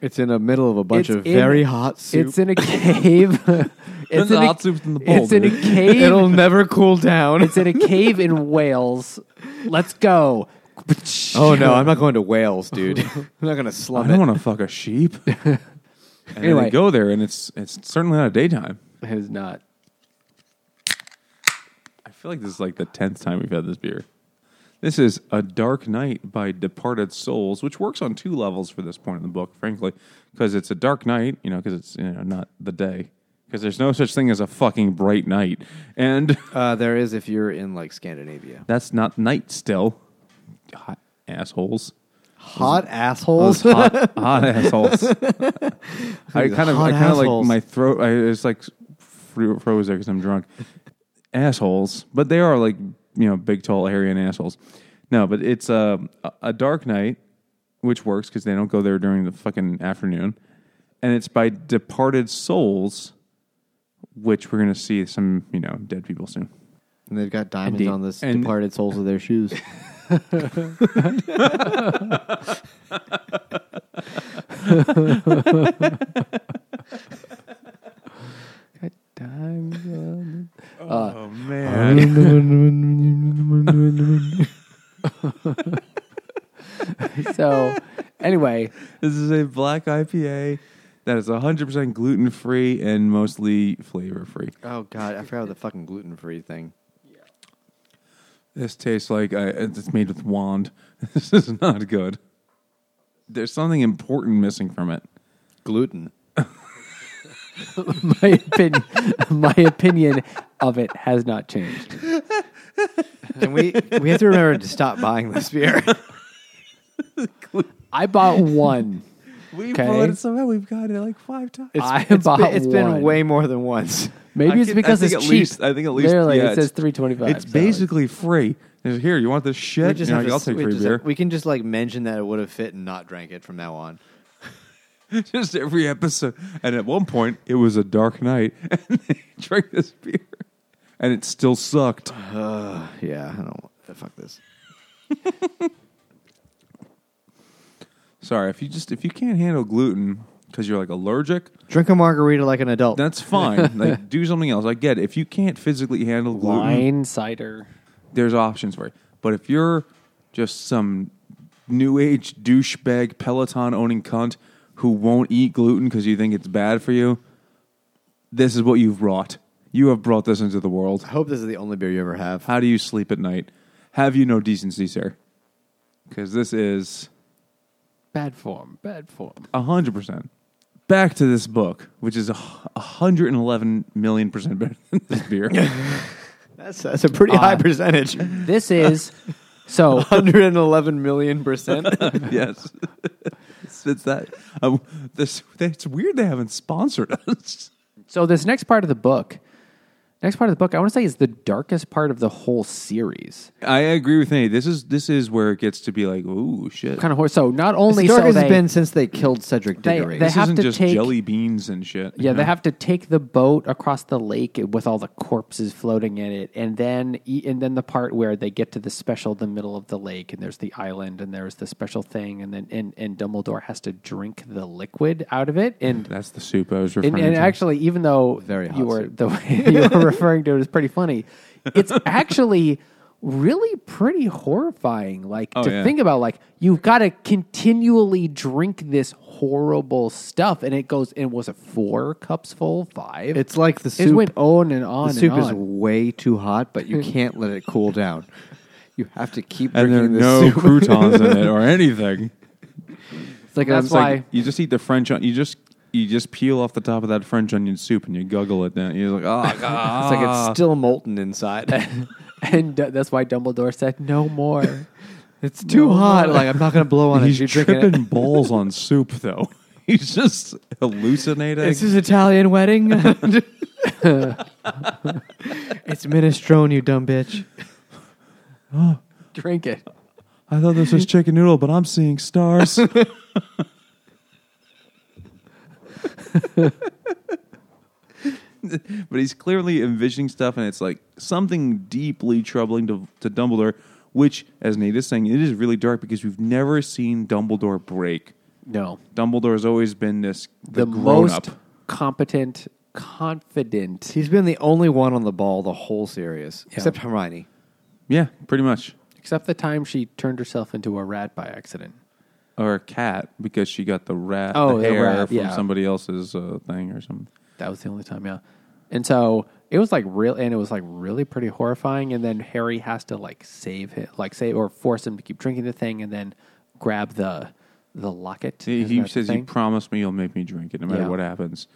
[SPEAKER 3] It's in the middle of a bunch
[SPEAKER 1] It's
[SPEAKER 3] of
[SPEAKER 1] in-
[SPEAKER 3] very hot soup.
[SPEAKER 1] It's in a
[SPEAKER 2] [LAUGHS]
[SPEAKER 1] cave. it's
[SPEAKER 2] The
[SPEAKER 1] in a-
[SPEAKER 2] hot soup's in the bowl,
[SPEAKER 1] It's in a
[SPEAKER 2] dude. [LAUGHS]
[SPEAKER 1] cave.
[SPEAKER 3] [LAUGHS] It'll never cool
[SPEAKER 1] [LAUGHS]
[SPEAKER 3] down.
[SPEAKER 1] it's in a cave in Wales. Let's go.
[SPEAKER 3] oh no, I'm not going to Wales, [LAUGHS] dude. I'm not going to
[SPEAKER 2] I
[SPEAKER 3] slum
[SPEAKER 2] don't
[SPEAKER 3] it.
[SPEAKER 2] want to fuck a sheep. [LAUGHS] and then
[SPEAKER 1] Anyway.
[SPEAKER 2] they go there, and it's it's certainly not daytime.
[SPEAKER 1] It is not.
[SPEAKER 2] [LAUGHS] I feel like this is like the tenth time we've had this beer. This is A Dark Night by Departed Souls, which works on two levels for this point in the book, frankly, because it's a dark night, you know, because it's you know not the day, because there's no such thing as a fucking bright night, and [LAUGHS]
[SPEAKER 3] Uh, there is if you're in like Scandinavia.
[SPEAKER 2] that's not night still. God, assholes.
[SPEAKER 3] Hot
[SPEAKER 2] Those
[SPEAKER 3] assholes.
[SPEAKER 2] hot,
[SPEAKER 3] [LAUGHS]
[SPEAKER 2] hot assholes. I kind of, I
[SPEAKER 3] Hot
[SPEAKER 2] kind of like
[SPEAKER 3] assholes.
[SPEAKER 2] my throat. I it's like fro- froze there because I'm drunk. assholes, but they are like you know big, tall, hairy, and assholes. No, but it's uh, a a dark night, which works because they don't go there during the fucking afternoon, and it's by departed souls, which we're gonna see some you know dead people soon.
[SPEAKER 3] And they've got diamonds
[SPEAKER 1] Indeed.
[SPEAKER 3] on the s-
[SPEAKER 2] And-
[SPEAKER 3] departed soles of their [LAUGHS] shoes.
[SPEAKER 1] Time.
[SPEAKER 3] Uh,
[SPEAKER 2] Oh man.
[SPEAKER 1] so, anyway,
[SPEAKER 2] This is a black IPA that is 100% gluten free and mostly flavor free.
[SPEAKER 3] oh god, I forgot the fucking gluten free thing.
[SPEAKER 2] This tastes like I, it's made with wand. [LAUGHS] This is not good. There's something important missing from it.
[SPEAKER 3] Gluten.
[SPEAKER 1] my opinion, my opinion of it has not changed.
[SPEAKER 3] Can we? we have to remember to stop buying this beer.
[SPEAKER 1] I bought one.
[SPEAKER 2] We
[SPEAKER 1] Okay. bought it
[SPEAKER 2] somehow. We've got it like five times.
[SPEAKER 1] I
[SPEAKER 3] [LAUGHS] It's
[SPEAKER 1] bought
[SPEAKER 3] been, it's
[SPEAKER 1] one.
[SPEAKER 3] been way more than once.
[SPEAKER 1] Maybe
[SPEAKER 2] I
[SPEAKER 1] it's
[SPEAKER 2] can- I
[SPEAKER 1] because
[SPEAKER 2] think
[SPEAKER 1] it's
[SPEAKER 2] at
[SPEAKER 1] cheap.
[SPEAKER 2] least- I think at least-
[SPEAKER 1] Literally,
[SPEAKER 2] yeah,
[SPEAKER 1] it
[SPEAKER 2] it's-
[SPEAKER 1] says three twenty five.
[SPEAKER 2] it's basically free. There's, here, you want this shit?
[SPEAKER 3] We just
[SPEAKER 2] You're
[SPEAKER 3] have
[SPEAKER 2] like,
[SPEAKER 3] to-
[SPEAKER 2] I'll take
[SPEAKER 3] we
[SPEAKER 2] free
[SPEAKER 3] just have-
[SPEAKER 2] beer.
[SPEAKER 3] we can just like mention that it would have fit and not drank it from now on.
[SPEAKER 2] [LAUGHS] just every episode. And at one point, it was a dark night, [LAUGHS] and they drank this beer, and it still sucked.
[SPEAKER 3] Uh, yeah, I don't.
[SPEAKER 2] uh,
[SPEAKER 3] want- Fuck this.
[SPEAKER 2] Sorry, if you just if you can't handle gluten because you're like allergic,
[SPEAKER 3] Drink a margarita like an adult.
[SPEAKER 2] that's fine. like do something else. I get it. if you can't physically handle gluten,
[SPEAKER 1] wine cider.
[SPEAKER 2] there's options for you. But if you're just some new age douchebag Peloton owning cunt who won't eat gluten because you think it's bad for you, this is what you've brought. You have brought this into the world.
[SPEAKER 3] I hope this is the only beer you ever have.
[SPEAKER 2] How do you sleep at night? Have you no decency, sir? Because this is
[SPEAKER 1] Bad form. Bad form.
[SPEAKER 2] A hundred percent. Back to this book, which is a h- a hundred and eleven million percent better than this [LAUGHS] beer.
[SPEAKER 3] That's that's a pretty high
[SPEAKER 1] Uh,
[SPEAKER 2] [LAUGHS]
[SPEAKER 3] percentage. [LAUGHS]
[SPEAKER 1] This is so.
[SPEAKER 3] 111 million percent.
[SPEAKER 2] yes, [LAUGHS] it's, it's that. Um, this it's weird they haven't sponsored us.
[SPEAKER 1] [LAUGHS] So this next part of the book, next part of the book, I want to say is the darkest part of the whole series.
[SPEAKER 2] I agree with Nate. This is this is where it gets to be like, ooh, shit.
[SPEAKER 1] Kind of horse. So not only
[SPEAKER 3] It's dark
[SPEAKER 1] so
[SPEAKER 3] as
[SPEAKER 1] they,
[SPEAKER 3] it's been since they killed Cedric
[SPEAKER 1] They-
[SPEAKER 3] Diggory.
[SPEAKER 1] they
[SPEAKER 2] this
[SPEAKER 1] have
[SPEAKER 2] isn't
[SPEAKER 1] to
[SPEAKER 2] just
[SPEAKER 1] take-
[SPEAKER 2] jelly beans and shit.
[SPEAKER 1] Yeah,
[SPEAKER 3] Mm-hmm.
[SPEAKER 1] they have to take the boat across the lake with all the corpses floating in it, and then e- and then the part where they get to the special, the middle of the lake, and there's the island, and there's the special thing, and then and, and Dumbledore has to drink the liquid out of it, and
[SPEAKER 2] That's the soup I was referring
[SPEAKER 1] and, and
[SPEAKER 2] to.
[SPEAKER 1] actually, even though
[SPEAKER 3] Very hot
[SPEAKER 1] you were
[SPEAKER 3] soup.
[SPEAKER 1] the way [LAUGHS] you were referring to it is pretty funny, it's actually really pretty horrifying. Like
[SPEAKER 2] Oh,
[SPEAKER 1] to
[SPEAKER 2] yeah.
[SPEAKER 1] think about, like you've got to continually drink this horrible stuff, and it goes. And was it four cups full? Five?
[SPEAKER 3] it's like the
[SPEAKER 1] it
[SPEAKER 3] soup.
[SPEAKER 1] went on and on.
[SPEAKER 3] the soup
[SPEAKER 1] and
[SPEAKER 3] is
[SPEAKER 1] on.
[SPEAKER 3] way too hot, but
[SPEAKER 1] [LAUGHS]
[SPEAKER 3] you can't let it cool down. You have to keep
[SPEAKER 2] and there are
[SPEAKER 3] drinking this
[SPEAKER 2] no
[SPEAKER 3] [LAUGHS] soup.
[SPEAKER 2] croutons
[SPEAKER 1] [LAUGHS]
[SPEAKER 2] in it or anything.
[SPEAKER 1] It's like
[SPEAKER 2] It's
[SPEAKER 1] that's why.
[SPEAKER 2] like you just eat the French. On, you just you just peel off the top of that French onion soup and you guggle it. Down. You're like, oh god.
[SPEAKER 3] It's like it's still molten inside.
[SPEAKER 1] [LAUGHS]
[SPEAKER 2] [LAUGHS]
[SPEAKER 3] [LAUGHS]
[SPEAKER 1] and uh, that's why Dumbledore said no more.
[SPEAKER 3] it's too
[SPEAKER 1] No.
[SPEAKER 3] hot. Like I'm not gonna blow on
[SPEAKER 2] He's
[SPEAKER 3] it. You're drinking
[SPEAKER 2] tripping
[SPEAKER 3] it.
[SPEAKER 2] balls on soup, though. [LAUGHS] He's just hallucinating.
[SPEAKER 3] It's his Italian wedding. it's minestrone, you dumb bitch.
[SPEAKER 1] Drink it.
[SPEAKER 2] I thought this was chicken noodle, but I'm seeing
[SPEAKER 3] [LAUGHS]
[SPEAKER 2] stars. but he's clearly envisioning stuff, and it's like something deeply troubling to, to Dumbledore. Which, as Nate is saying, it is really dark because we've never seen Dumbledore break.
[SPEAKER 1] No,
[SPEAKER 2] Dumbledore has always been this
[SPEAKER 1] the,
[SPEAKER 2] the, grown
[SPEAKER 1] most
[SPEAKER 2] up.
[SPEAKER 1] competent, confident.
[SPEAKER 3] He's been the only one on the ball the whole series, except Hermione.
[SPEAKER 2] Yeah, pretty much.
[SPEAKER 1] Except the time she turned herself into a rat by accident.
[SPEAKER 2] Or a cat because she got the rat
[SPEAKER 1] Oh,
[SPEAKER 2] the
[SPEAKER 1] the
[SPEAKER 2] hair
[SPEAKER 1] rat,
[SPEAKER 2] from
[SPEAKER 1] yeah.
[SPEAKER 2] somebody else's uh, thing or something.
[SPEAKER 1] That was the only time, yeah. And so it was like real, and it was like really pretty horrifying. And then Harry has to like save him, like save or force him to keep drinking the thing, and then grab the the locket.
[SPEAKER 2] He,
[SPEAKER 1] Isn't
[SPEAKER 2] he
[SPEAKER 1] that the
[SPEAKER 2] says, "You
[SPEAKER 1] thing?
[SPEAKER 2] promised me you'll make me drink it, no matter
[SPEAKER 1] Yeah.
[SPEAKER 2] what happens."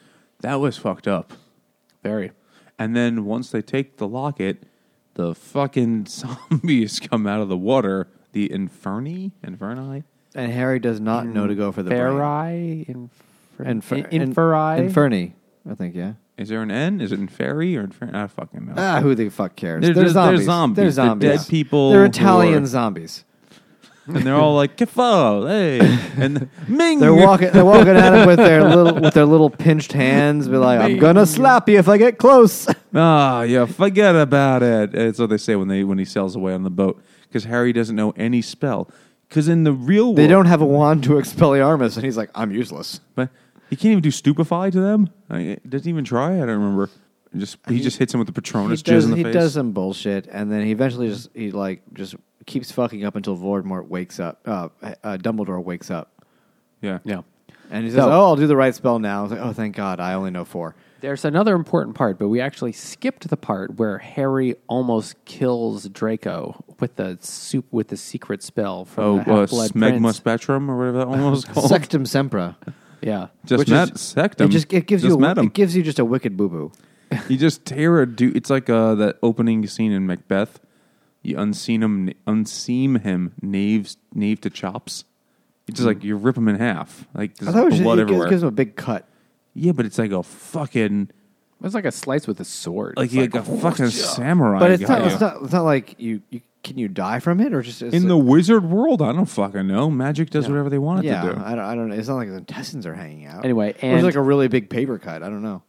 [SPEAKER 2] That was fucked up.
[SPEAKER 1] very.
[SPEAKER 2] And then once they take the locket, [LAUGHS] the fucking zombies come out of the water. The Inferni, Inferni,
[SPEAKER 3] And Harry does not know to go for the brain.
[SPEAKER 1] Feri, infer,
[SPEAKER 3] Infer- in-
[SPEAKER 1] inferi,
[SPEAKER 3] Inferni, I think, yeah.
[SPEAKER 2] Is there an N? Is it in fairy or in fairy? I fucking know.
[SPEAKER 1] Uh.
[SPEAKER 3] Ah, who the fuck cares?
[SPEAKER 2] They're-
[SPEAKER 3] They're,
[SPEAKER 2] they're- they're
[SPEAKER 3] zombies.
[SPEAKER 2] zombies.
[SPEAKER 3] They're
[SPEAKER 2] They're
[SPEAKER 3] zombies.
[SPEAKER 2] dead people
[SPEAKER 3] They're
[SPEAKER 2] who
[SPEAKER 3] Italian
[SPEAKER 2] are-
[SPEAKER 3] zombies.
[SPEAKER 2] and they're all like kifo,
[SPEAKER 1] [LAUGHS]
[SPEAKER 2] hey, and the, Ming.
[SPEAKER 3] They're walking. They're walking at him with their little with their little pinched hands. Be like, I'm gonna slap you if I get close.
[SPEAKER 2] Ah, yeah, forget about it. That's what they say when they when he sails away on the boat because Harry doesn't know any spell. Because in the real world,
[SPEAKER 3] They don't have a wand to expel Armus, and he's like, I'm useless.
[SPEAKER 2] But he can't even do stupefy to them. I, it doesn't even try. I don't remember. It Just he just hits him with the Patronus
[SPEAKER 3] he does,
[SPEAKER 2] jizz in the
[SPEAKER 3] he
[SPEAKER 2] face.
[SPEAKER 3] does some bullshit, and then he eventually just he like just keeps fucking up until Voldemort wakes up. Uh, uh, Dumbledore wakes up,
[SPEAKER 2] Yeah,
[SPEAKER 1] Yeah.
[SPEAKER 3] and he says,
[SPEAKER 1] So-
[SPEAKER 3] "Oh, I'll do the right spell now." I was like, "Oh, thank God, I only
[SPEAKER 2] [LAUGHS]
[SPEAKER 3] know four.
[SPEAKER 1] There's another important part, but we actually skipped the part where Harry almost kills Draco with the soup with the secret spell from
[SPEAKER 2] Oh,
[SPEAKER 1] the
[SPEAKER 2] uh,
[SPEAKER 1] Half-Blood
[SPEAKER 2] smegma
[SPEAKER 1] Prince.
[SPEAKER 2] spectrum or whatever that one
[SPEAKER 3] [LAUGHS]
[SPEAKER 2] was called.
[SPEAKER 3] Sectum sempra.
[SPEAKER 1] yeah,
[SPEAKER 2] just
[SPEAKER 3] which
[SPEAKER 2] met
[SPEAKER 3] is-
[SPEAKER 2] sectum.
[SPEAKER 3] It just it gives
[SPEAKER 2] Just
[SPEAKER 3] you a,
[SPEAKER 2] met him.
[SPEAKER 3] it gives you just a wicked boo boo.
[SPEAKER 2] you just tear a dude. It's like uh, that opening scene in Macbeth. You unseen him, unseam him, knaves, knave to chops. It's just like you rip him in half. Like there's blood
[SPEAKER 3] Hmm. it gives,
[SPEAKER 2] everywhere.
[SPEAKER 3] gives him a big cut.
[SPEAKER 2] yeah, but it's like a fucking
[SPEAKER 1] it's like a slice with a sword.
[SPEAKER 2] like
[SPEAKER 1] It's
[SPEAKER 2] you like, a fucking samurai.
[SPEAKER 3] But it's not,
[SPEAKER 2] guy.
[SPEAKER 3] it's not it's not like you, you can you die from it or just it's
[SPEAKER 2] in the
[SPEAKER 3] like-
[SPEAKER 2] wizard world. I don't fucking know. Magic does whatever they want it
[SPEAKER 3] yeah
[SPEAKER 2] to do.
[SPEAKER 3] I don't I don't know. It's not like his intestines are hanging out
[SPEAKER 1] Anyway,
[SPEAKER 3] Or it's
[SPEAKER 1] and-
[SPEAKER 3] like a really big paper cut. I don't know.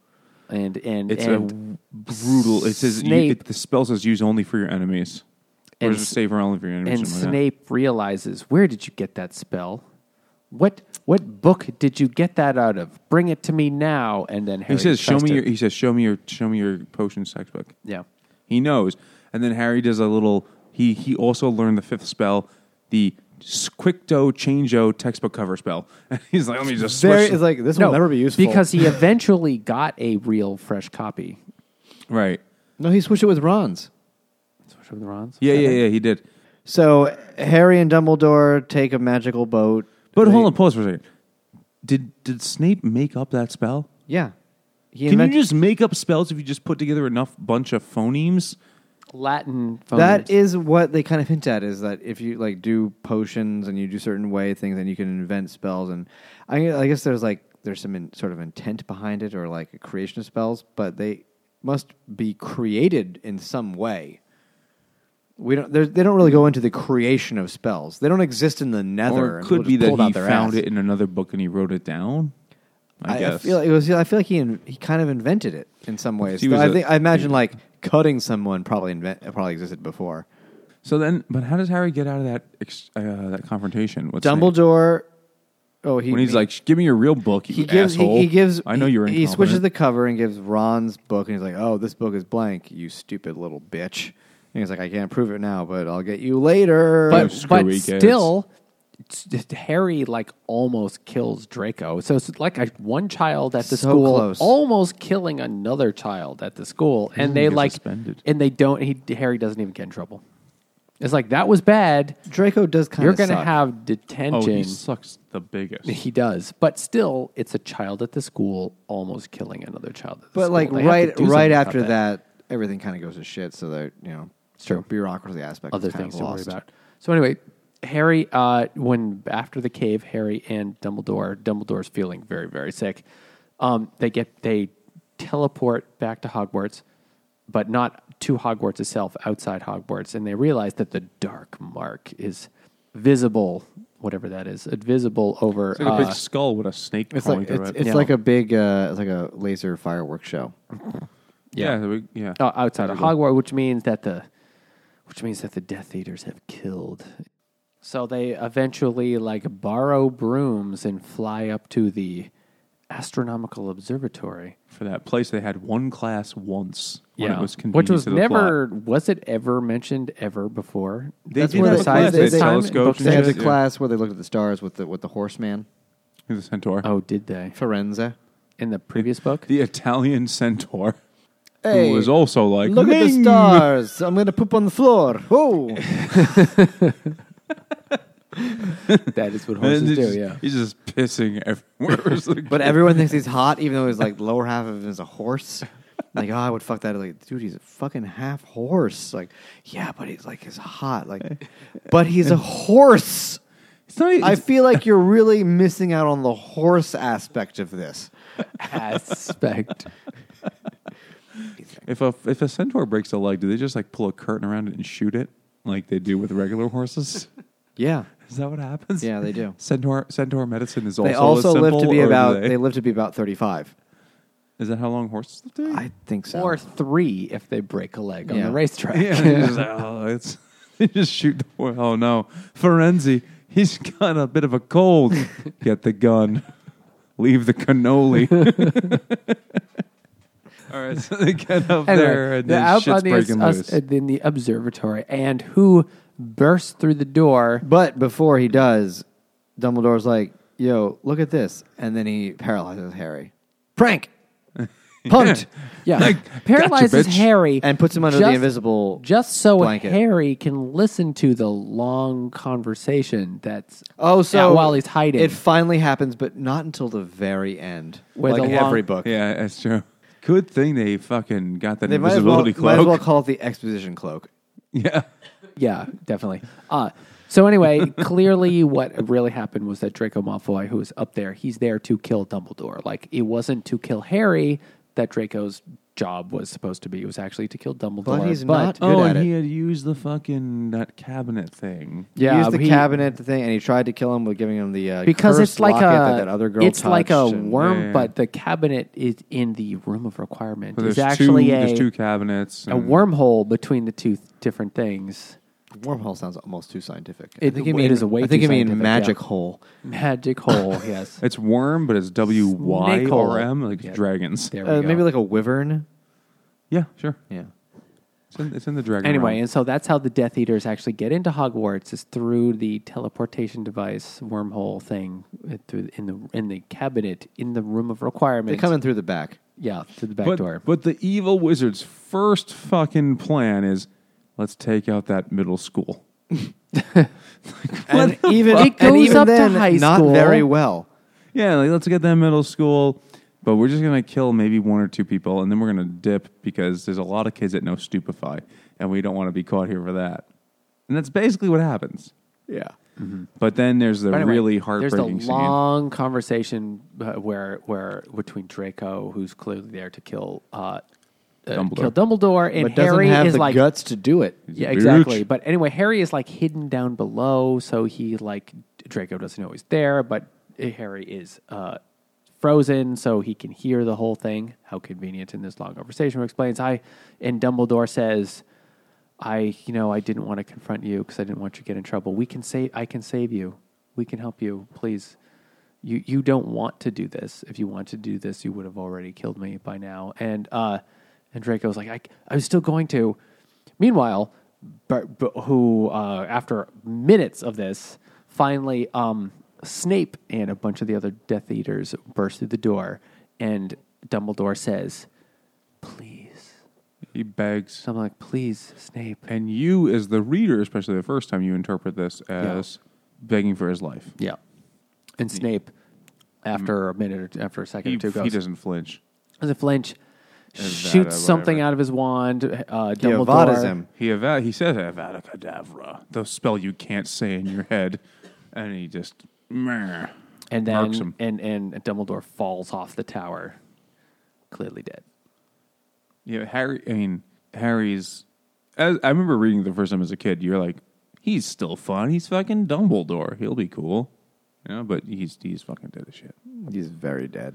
[SPEAKER 1] and and
[SPEAKER 2] It's
[SPEAKER 1] and
[SPEAKER 2] a brutal. It says you,
[SPEAKER 1] Snape-
[SPEAKER 2] it, the spell says use only for your enemies, or
[SPEAKER 1] And
[SPEAKER 2] just save only for your enemies.
[SPEAKER 1] and
[SPEAKER 2] something like that.
[SPEAKER 1] Snape realizes where did you get that spell? What what book did you get that out of? Bring it to me now. And then Harry
[SPEAKER 2] He says, "Show
[SPEAKER 1] tries
[SPEAKER 2] me
[SPEAKER 1] to-
[SPEAKER 2] your." He says, "Show me your. Show me your potion sex book."
[SPEAKER 1] yeah
[SPEAKER 2] He knows, and then Harry does a little. He he also learned the fifth spell, the Squicto Changeo textbook cover spell. [LAUGHS] And he's like, "Let me just
[SPEAKER 3] Very
[SPEAKER 2] switch."
[SPEAKER 3] it's like this will never be useful
[SPEAKER 1] because he eventually got a real fresh copy.
[SPEAKER 2] right?
[SPEAKER 3] no he switched it with Ron's.
[SPEAKER 1] Switch with the Rons.
[SPEAKER 2] Yeah, yeah, yeah. He did.
[SPEAKER 3] So Harry and Dumbledore take a magical boat.
[SPEAKER 2] But
[SPEAKER 3] They-
[SPEAKER 2] hold on, pause for a second. Did did Snape make up that spell?
[SPEAKER 3] yeah, he
[SPEAKER 2] Can
[SPEAKER 3] invent-
[SPEAKER 2] you just make up spells if you just put together enough bunch of phonemes?
[SPEAKER 1] Latin phonemes.
[SPEAKER 3] That is what they kind of hint at is that if you like do potions and you do certain way things and you can invent spells and I, I guess there's like there's some in, sort of intent behind it or like a creation of spells, but they must be created in some way. We don't. there's- They don't really go into the creation of spells. They don't exist in the nether.
[SPEAKER 2] Or it
[SPEAKER 3] and
[SPEAKER 2] could
[SPEAKER 3] people
[SPEAKER 2] be
[SPEAKER 3] just
[SPEAKER 2] that
[SPEAKER 3] pulled out
[SPEAKER 2] he
[SPEAKER 3] their
[SPEAKER 2] found
[SPEAKER 3] ass.
[SPEAKER 2] it in another book and he wrote it down. I,
[SPEAKER 3] I, I
[SPEAKER 2] guess.
[SPEAKER 3] feel like it was. I feel like he in, he kind of invented it in some ways.
[SPEAKER 2] He was
[SPEAKER 3] I
[SPEAKER 2] a-
[SPEAKER 3] think I imagine like cutting someone probably invent, probably existed before.
[SPEAKER 2] so then, but how does Harry get out of that ex- uh, that confrontation? What's
[SPEAKER 3] Dumbledore. Oh, he
[SPEAKER 2] when he's
[SPEAKER 3] he-
[SPEAKER 2] like, "Give me your real book, you
[SPEAKER 3] he gives he,
[SPEAKER 2] asshole."
[SPEAKER 3] he gives
[SPEAKER 2] I know you're.
[SPEAKER 3] he, he switches
[SPEAKER 2] incompetent.
[SPEAKER 3] the cover and gives Ron's book and he's like, "Oh, this book is blank, you stupid little bitch." And he's like, "I can't prove it now, but I'll get you later."
[SPEAKER 2] You
[SPEAKER 1] but,
[SPEAKER 2] screwy
[SPEAKER 1] but
[SPEAKER 2] kids.
[SPEAKER 1] still, it's just Harry like almost kills Draco. So it's like a, one child at the
[SPEAKER 3] So
[SPEAKER 1] school
[SPEAKER 3] close.
[SPEAKER 1] almost killing another child at the school, and they
[SPEAKER 2] get
[SPEAKER 1] like
[SPEAKER 2] suspended.
[SPEAKER 1] and they don't. He Harry doesn't even get in trouble. It's like that was bad.
[SPEAKER 3] Draco does kind
[SPEAKER 1] You're
[SPEAKER 3] of.
[SPEAKER 1] going to
[SPEAKER 3] suck.
[SPEAKER 1] have
[SPEAKER 2] Oh,
[SPEAKER 1] detention.
[SPEAKER 2] he sucks the
[SPEAKER 3] [LAUGHS]
[SPEAKER 2] biggest.
[SPEAKER 1] he does, but still, it's a child at the school almost killing another child. At the
[SPEAKER 3] But
[SPEAKER 1] school.
[SPEAKER 3] like
[SPEAKER 1] They have to
[SPEAKER 3] right
[SPEAKER 1] do something
[SPEAKER 3] right
[SPEAKER 1] about
[SPEAKER 3] after that. everything kind of goes to shit. So that you know,
[SPEAKER 1] true.
[SPEAKER 3] bureaucracy aspect.
[SPEAKER 1] other
[SPEAKER 3] is kind
[SPEAKER 1] things
[SPEAKER 3] of
[SPEAKER 1] to worry
[SPEAKER 3] lost.
[SPEAKER 1] about. So anyway, Harry, uh, when after the cave, Harry and Dumbledore, Dumbledore's feeling very very sick. Um, they get they teleport back to Hogwarts, but not to Hogwarts itself, outside Hogwarts, and they realize that the Dark Mark is visible, whatever that is, visible over.
[SPEAKER 2] It's like a
[SPEAKER 1] uh,
[SPEAKER 2] big skull with a snake
[SPEAKER 3] It's
[SPEAKER 2] crawling
[SPEAKER 3] like
[SPEAKER 2] through
[SPEAKER 3] it's,
[SPEAKER 2] it.
[SPEAKER 3] it's
[SPEAKER 1] Yeah.
[SPEAKER 3] like a big uh, it's like a laser fireworks show.
[SPEAKER 2] yeah, yeah. we- yeah.
[SPEAKER 1] Oh, outside of Hogwarts, which means that the which means that the Death Eaters have killed. So they eventually like borrow brooms and fly up to the astronomical observatory.
[SPEAKER 2] For that place, they had one class once when it was convenient
[SPEAKER 1] which was
[SPEAKER 2] to the plot.
[SPEAKER 1] never was it ever mentioned ever before?
[SPEAKER 2] They
[SPEAKER 1] That's
[SPEAKER 2] did
[SPEAKER 1] where
[SPEAKER 2] have
[SPEAKER 1] the
[SPEAKER 2] a
[SPEAKER 1] size
[SPEAKER 2] class. They
[SPEAKER 1] this
[SPEAKER 2] had
[SPEAKER 1] time in
[SPEAKER 2] telescopes
[SPEAKER 1] books
[SPEAKER 2] and
[SPEAKER 3] They
[SPEAKER 1] they
[SPEAKER 3] had
[SPEAKER 2] shit.
[SPEAKER 1] had-
[SPEAKER 3] the
[SPEAKER 2] Yeah.
[SPEAKER 3] class where they looked at the stars with the with the horseman
[SPEAKER 2] He's a centaur.
[SPEAKER 1] Oh, did they
[SPEAKER 3] Firenze.
[SPEAKER 1] in the previous
[SPEAKER 2] [LAUGHS]
[SPEAKER 1] book?
[SPEAKER 2] The Italian centaur.
[SPEAKER 3] Hey,
[SPEAKER 2] who was also like,
[SPEAKER 3] Look at the
[SPEAKER 2] "Ming!" [LAUGHS]
[SPEAKER 3] stars. I'm going to poop on the floor. Oh.
[SPEAKER 1] that is what
[SPEAKER 2] And
[SPEAKER 1] horses do.
[SPEAKER 2] he's, just- [LAUGHS]
[SPEAKER 1] Yeah,
[SPEAKER 2] he's just pissing everywhere. [LAUGHS]
[SPEAKER 3] but everyone thinks he's hot, even though his like lower half of him is a horse. [LAUGHS] Like, oh, I would fuck that. Like, dude, he's a fucking half
[SPEAKER 2] [LAUGHS]
[SPEAKER 3] horse. Like, yeah, but he's like, he's hot. Like, but he's a horse.
[SPEAKER 2] It's not.
[SPEAKER 3] I
[SPEAKER 2] it's-
[SPEAKER 3] feel like you're really missing out on the horse aspect of this.
[SPEAKER 1] aspect.
[SPEAKER 2] if a if a centaur breaks a leg, do they just like pull a curtain around it and shoot it like they do with regular horses? [LAUGHS]
[SPEAKER 3] Yeah.
[SPEAKER 2] Is that what happens?
[SPEAKER 3] Yeah, they
[SPEAKER 2] [LAUGHS]
[SPEAKER 3] do.
[SPEAKER 2] Centaur centaur medicine is also
[SPEAKER 3] They also,
[SPEAKER 2] a
[SPEAKER 3] live
[SPEAKER 2] simple,
[SPEAKER 3] to be
[SPEAKER 2] or do
[SPEAKER 3] about
[SPEAKER 2] they-
[SPEAKER 3] they live to be about 35.
[SPEAKER 2] is that how long horses live? to be?
[SPEAKER 3] I think so.
[SPEAKER 1] Or three if they break a leg on
[SPEAKER 3] Yeah.
[SPEAKER 1] the racetrack.
[SPEAKER 2] [LAUGHS] Yeah, they just, oh, it's [LAUGHS] they just shoot the boy. Oh no, Ferenzi, he's got a bit of a
[SPEAKER 3] [LAUGHS]
[SPEAKER 2] cold. Get the gun. Leave the
[SPEAKER 3] [LAUGHS]
[SPEAKER 2] cannoli. [LAUGHS] All right, so they get up
[SPEAKER 1] Anyway,
[SPEAKER 2] there and
[SPEAKER 1] they're
[SPEAKER 2] then
[SPEAKER 1] out
[SPEAKER 2] shit's
[SPEAKER 1] on the,
[SPEAKER 2] breaking
[SPEAKER 1] us-
[SPEAKER 2] loose.
[SPEAKER 1] in the observatory, and who bursts through the door?
[SPEAKER 3] But before he does, Dumbledore's like, "Yo, look at this," and then he paralyzes Harry. Prank,
[SPEAKER 2] [LAUGHS]
[SPEAKER 3] punt,
[SPEAKER 1] Yeah,
[SPEAKER 2] Like, gotcha,
[SPEAKER 1] [LAUGHS] paralyzes
[SPEAKER 2] bitch.
[SPEAKER 1] Harry
[SPEAKER 3] and puts him under the
[SPEAKER 1] just-
[SPEAKER 3] invisible.
[SPEAKER 1] just so
[SPEAKER 3] blanket.
[SPEAKER 1] Harry can listen to the long conversation that's
[SPEAKER 3] oh, so
[SPEAKER 1] out while he's hiding.
[SPEAKER 3] it finally happens, but not until the very end.
[SPEAKER 1] Where
[SPEAKER 3] like
[SPEAKER 1] the long-
[SPEAKER 3] every book,
[SPEAKER 2] yeah, that's true. Good thing they fucking got that
[SPEAKER 3] they might as, well,
[SPEAKER 2] invisibility
[SPEAKER 3] might as well
[SPEAKER 2] cloak.
[SPEAKER 3] call it the exposition cloak.
[SPEAKER 2] [LAUGHS] yeah,
[SPEAKER 1] yeah, definitely. Uh, so
[SPEAKER 3] [LAUGHS]
[SPEAKER 1] anyway, clearly, what really happened was that Draco Malfoy, who was up there, he's there to kill Dumbledore. Like it wasn't to kill Harry that Draco's job was supposed to be. It was actually to kill Dumbledore.
[SPEAKER 3] But he's not Good
[SPEAKER 2] Oh,
[SPEAKER 3] at
[SPEAKER 2] and
[SPEAKER 3] it.
[SPEAKER 2] he had used the fucking that cabinet thing.
[SPEAKER 1] Yeah,
[SPEAKER 3] he used the
[SPEAKER 1] he-
[SPEAKER 3] cabinet thing, and he tried to kill him with giving him the uh,
[SPEAKER 1] because
[SPEAKER 3] cursed
[SPEAKER 1] it's like a
[SPEAKER 3] locket that, that other girl.
[SPEAKER 1] it's like a
[SPEAKER 3] touched and-
[SPEAKER 1] worm,
[SPEAKER 2] yeah, yeah.
[SPEAKER 1] but the cabinet is in the room of requirement.
[SPEAKER 2] So
[SPEAKER 1] It's
[SPEAKER 2] there's
[SPEAKER 1] actually
[SPEAKER 2] two,
[SPEAKER 1] a
[SPEAKER 2] there's two mm. cabinets.
[SPEAKER 1] a
[SPEAKER 2] and-
[SPEAKER 1] wormhole between the two th- different things.
[SPEAKER 3] Wormhole sounds almost too scientific.
[SPEAKER 1] It- it is a way
[SPEAKER 3] I think
[SPEAKER 1] too
[SPEAKER 3] you mean
[SPEAKER 1] scientific,
[SPEAKER 3] magic
[SPEAKER 1] yeah.
[SPEAKER 3] hole.
[SPEAKER 1] Magic
[SPEAKER 2] [LAUGHS]
[SPEAKER 1] hole, yes.
[SPEAKER 2] It's worm, but it's W Y R M, like
[SPEAKER 1] Yeah.
[SPEAKER 2] dragons.
[SPEAKER 1] There we
[SPEAKER 3] Uh,
[SPEAKER 1] go.
[SPEAKER 3] maybe like a wyvern.
[SPEAKER 2] Yeah, sure.
[SPEAKER 3] Yeah.
[SPEAKER 2] It's in, it's in the dragon.
[SPEAKER 1] anyway,
[SPEAKER 2] realm.
[SPEAKER 1] and so that's how the Death Eaters actually get into Hogwarts is through the teleportation device wormhole thing uh, through in the in the cabinet in the room of requirement.
[SPEAKER 3] They come in through the back.
[SPEAKER 1] yeah, to the back
[SPEAKER 2] but,
[SPEAKER 1] door.
[SPEAKER 2] but the evil wizard's first fucking plan is let's take out that middle school.
[SPEAKER 3] And even,
[SPEAKER 1] fuck? It
[SPEAKER 3] and
[SPEAKER 1] goes
[SPEAKER 3] even
[SPEAKER 1] up to
[SPEAKER 3] then,
[SPEAKER 1] high
[SPEAKER 3] not
[SPEAKER 1] school.
[SPEAKER 3] very well.
[SPEAKER 2] Yeah, like let's get that middle school, but we're just gonna kill maybe one or two people, and then we're gonna dip because there's a lot of kids that know stupefy, and we don't want to be caught here for that. And that's basically what happens.
[SPEAKER 3] Yeah.
[SPEAKER 2] But then there's the
[SPEAKER 1] Mm-hmm. But anyway,
[SPEAKER 2] really heartbreaking
[SPEAKER 1] There's a
[SPEAKER 2] scene.
[SPEAKER 1] long conversation uh, where where between Draco, who's clearly there to kill uh,
[SPEAKER 2] Dumbledore.
[SPEAKER 1] Dumbledore. kill Dumbledore, and
[SPEAKER 3] But
[SPEAKER 1] Harry
[SPEAKER 3] doesn't have
[SPEAKER 1] is
[SPEAKER 3] the
[SPEAKER 1] like
[SPEAKER 3] guts to do it.
[SPEAKER 1] yeah,
[SPEAKER 2] Bitch.
[SPEAKER 1] exactly. But anyway, Harry is like hidden down below, so he like Draco doesn't know he's there, but Harry is uh, frozen, so he can hear the whole thing. How convenient in this long conversation who explains I and Dumbledore says, I you know I didn't want to confront you because I didn't want you to get in trouble. We can save. I can save you. We can help you. Please. You you don't want to do this. If you want to do this, you would have already killed me by now. And uh, and Draco's like I I was still going to. Meanwhile, Bar- b- who uh, after minutes of this finally um, Snape and a bunch of the other Death Eaters burst through the door, and Dumbledore says, "Please."
[SPEAKER 2] he begs,
[SPEAKER 1] So I'm like, "Please, Snape."
[SPEAKER 2] and you, as the reader, especially the first time, you interpret this as begging for his life.
[SPEAKER 1] Yeah. And Snape, after a minute or two, after a second
[SPEAKER 2] He,
[SPEAKER 1] or two,
[SPEAKER 2] he
[SPEAKER 1] goes
[SPEAKER 2] doesn't flinch.
[SPEAKER 1] as a flinch,
[SPEAKER 2] Avada,
[SPEAKER 1] shoots something
[SPEAKER 2] whatever.
[SPEAKER 1] out of his wand. Uh,
[SPEAKER 3] He
[SPEAKER 1] Dumbledore
[SPEAKER 3] avadas him.
[SPEAKER 2] He ava- he says Avada Kedavra, the spell you can't say in your head, and he just meh,
[SPEAKER 1] and
[SPEAKER 2] marks him.
[SPEAKER 1] then and and Dumbledore falls off the tower, clearly dead.
[SPEAKER 2] Yeah, Harry. I mean, Harry's. As, I remember reading the first time as a kid. You're like, he's still fun. He's fucking Dumbledore. He'll be cool, you know. But he's he's fucking dead as shit.
[SPEAKER 3] He's very dead.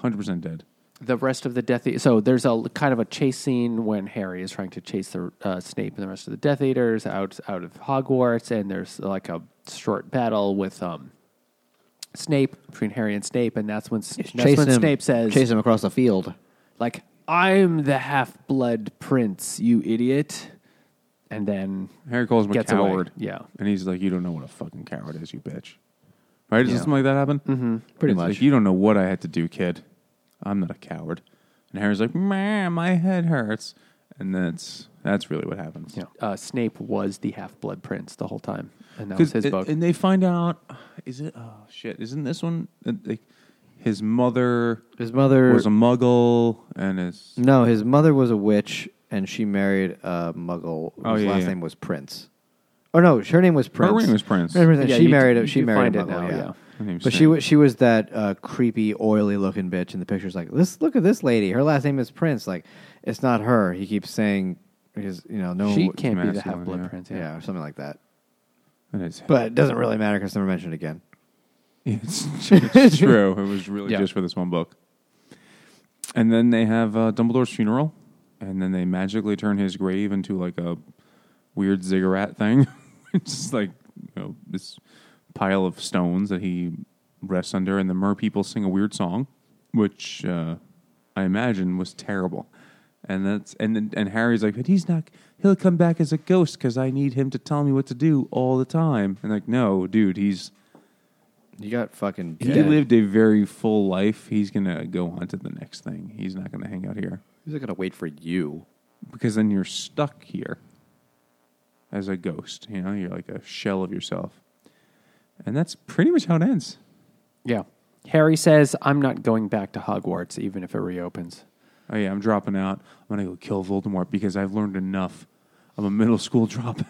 [SPEAKER 2] Hundred percent dead.
[SPEAKER 1] the rest of the Death Eaters. So there's a l- kind of a chase scene when Harry is trying to chase the uh, Snape and the rest of the Death Eaters out out of Hogwarts, and there's like a short battle with um, Snape between Harry and Snape, and that's when S- that's when Snape says,
[SPEAKER 3] chase him across the field.
[SPEAKER 1] "Like I'm the half blood prince, you idiot," and then
[SPEAKER 2] Harry calls him
[SPEAKER 1] Gets
[SPEAKER 2] a
[SPEAKER 1] away,
[SPEAKER 2] coward.
[SPEAKER 1] yeah.
[SPEAKER 2] and he's like, you don't know what a fucking coward is, you bitch. Right? Does something like that happen? Mm-hmm.
[SPEAKER 3] Pretty
[SPEAKER 2] it's
[SPEAKER 3] much.
[SPEAKER 2] Like, you don't know what I had to do, kid. I'm not a coward. And Harry's like, man, my head hurts. And that's that's really what happens.
[SPEAKER 1] you know, uh, Snape was the half blood prince the whole time, and that was
[SPEAKER 2] 'Cause
[SPEAKER 1] his
[SPEAKER 2] it-
[SPEAKER 1] book.
[SPEAKER 2] And they find out, is it? Oh shit! Isn't this one? uh, Like, his mother
[SPEAKER 3] His mother
[SPEAKER 2] was a muggle, and his
[SPEAKER 3] no, his mother was a witch, and she married a muggle whose
[SPEAKER 2] yeah,
[SPEAKER 3] last
[SPEAKER 2] yeah.
[SPEAKER 3] name was Prince. Oh no, her name was Prince.
[SPEAKER 2] name was Prince.
[SPEAKER 3] Her name was-
[SPEAKER 1] Yeah,
[SPEAKER 3] she
[SPEAKER 1] you-
[SPEAKER 3] married.
[SPEAKER 1] you
[SPEAKER 3] a she
[SPEAKER 1] do
[SPEAKER 3] married
[SPEAKER 1] find
[SPEAKER 3] a
[SPEAKER 1] it
[SPEAKER 3] Butler,
[SPEAKER 1] now, yeah.
[SPEAKER 3] Yeah.
[SPEAKER 2] Her name's
[SPEAKER 3] But she
[SPEAKER 2] Sam.
[SPEAKER 3] was she was that uh, creepy, oily looking bitch in the pictures. Like, this look at this lady. Her last name is Prince. Like, it's not her. He keeps saying because you know no. one
[SPEAKER 1] she
[SPEAKER 3] would-
[SPEAKER 1] can't be the
[SPEAKER 2] masculine,
[SPEAKER 1] half blood
[SPEAKER 2] yeah.
[SPEAKER 1] prince.
[SPEAKER 3] Yeah. or something like that.
[SPEAKER 2] It is.
[SPEAKER 3] But it doesn't really matter because never mentioned again.
[SPEAKER 2] It's, it's true. It was really
[SPEAKER 1] Yeah.
[SPEAKER 2] just for this one book. And then they have uh, Dumbledore's funeral, and then they magically turn his grave into like a weird ziggurat thing. [LAUGHS] it's just like you know this pile of stones that he rests under, and the mer people sing a weird song, which uh, I imagine was terrible. And that's and then- and Harry's like, but he's not. He'll come back as a ghost because I need him to tell me what to do all the time. And like, no, dude, he's
[SPEAKER 3] You got fucking.
[SPEAKER 2] he
[SPEAKER 3] dead.
[SPEAKER 2] lived a very full life. He's gonna go on to the next thing. He's not gonna hang out here
[SPEAKER 3] He's not gonna wait for you.
[SPEAKER 2] because then you're stuck here as a ghost. You know, you're like a shell of yourself, and that's pretty much how it ends.
[SPEAKER 1] Yeah. Harry says, "I'm not going back to Hogwarts, even if it reopens."
[SPEAKER 2] Oh yeah, I'm dropping out. I'm gonna go kill Voldemort because I've learned enough. I'm a middle school [LAUGHS] dropout.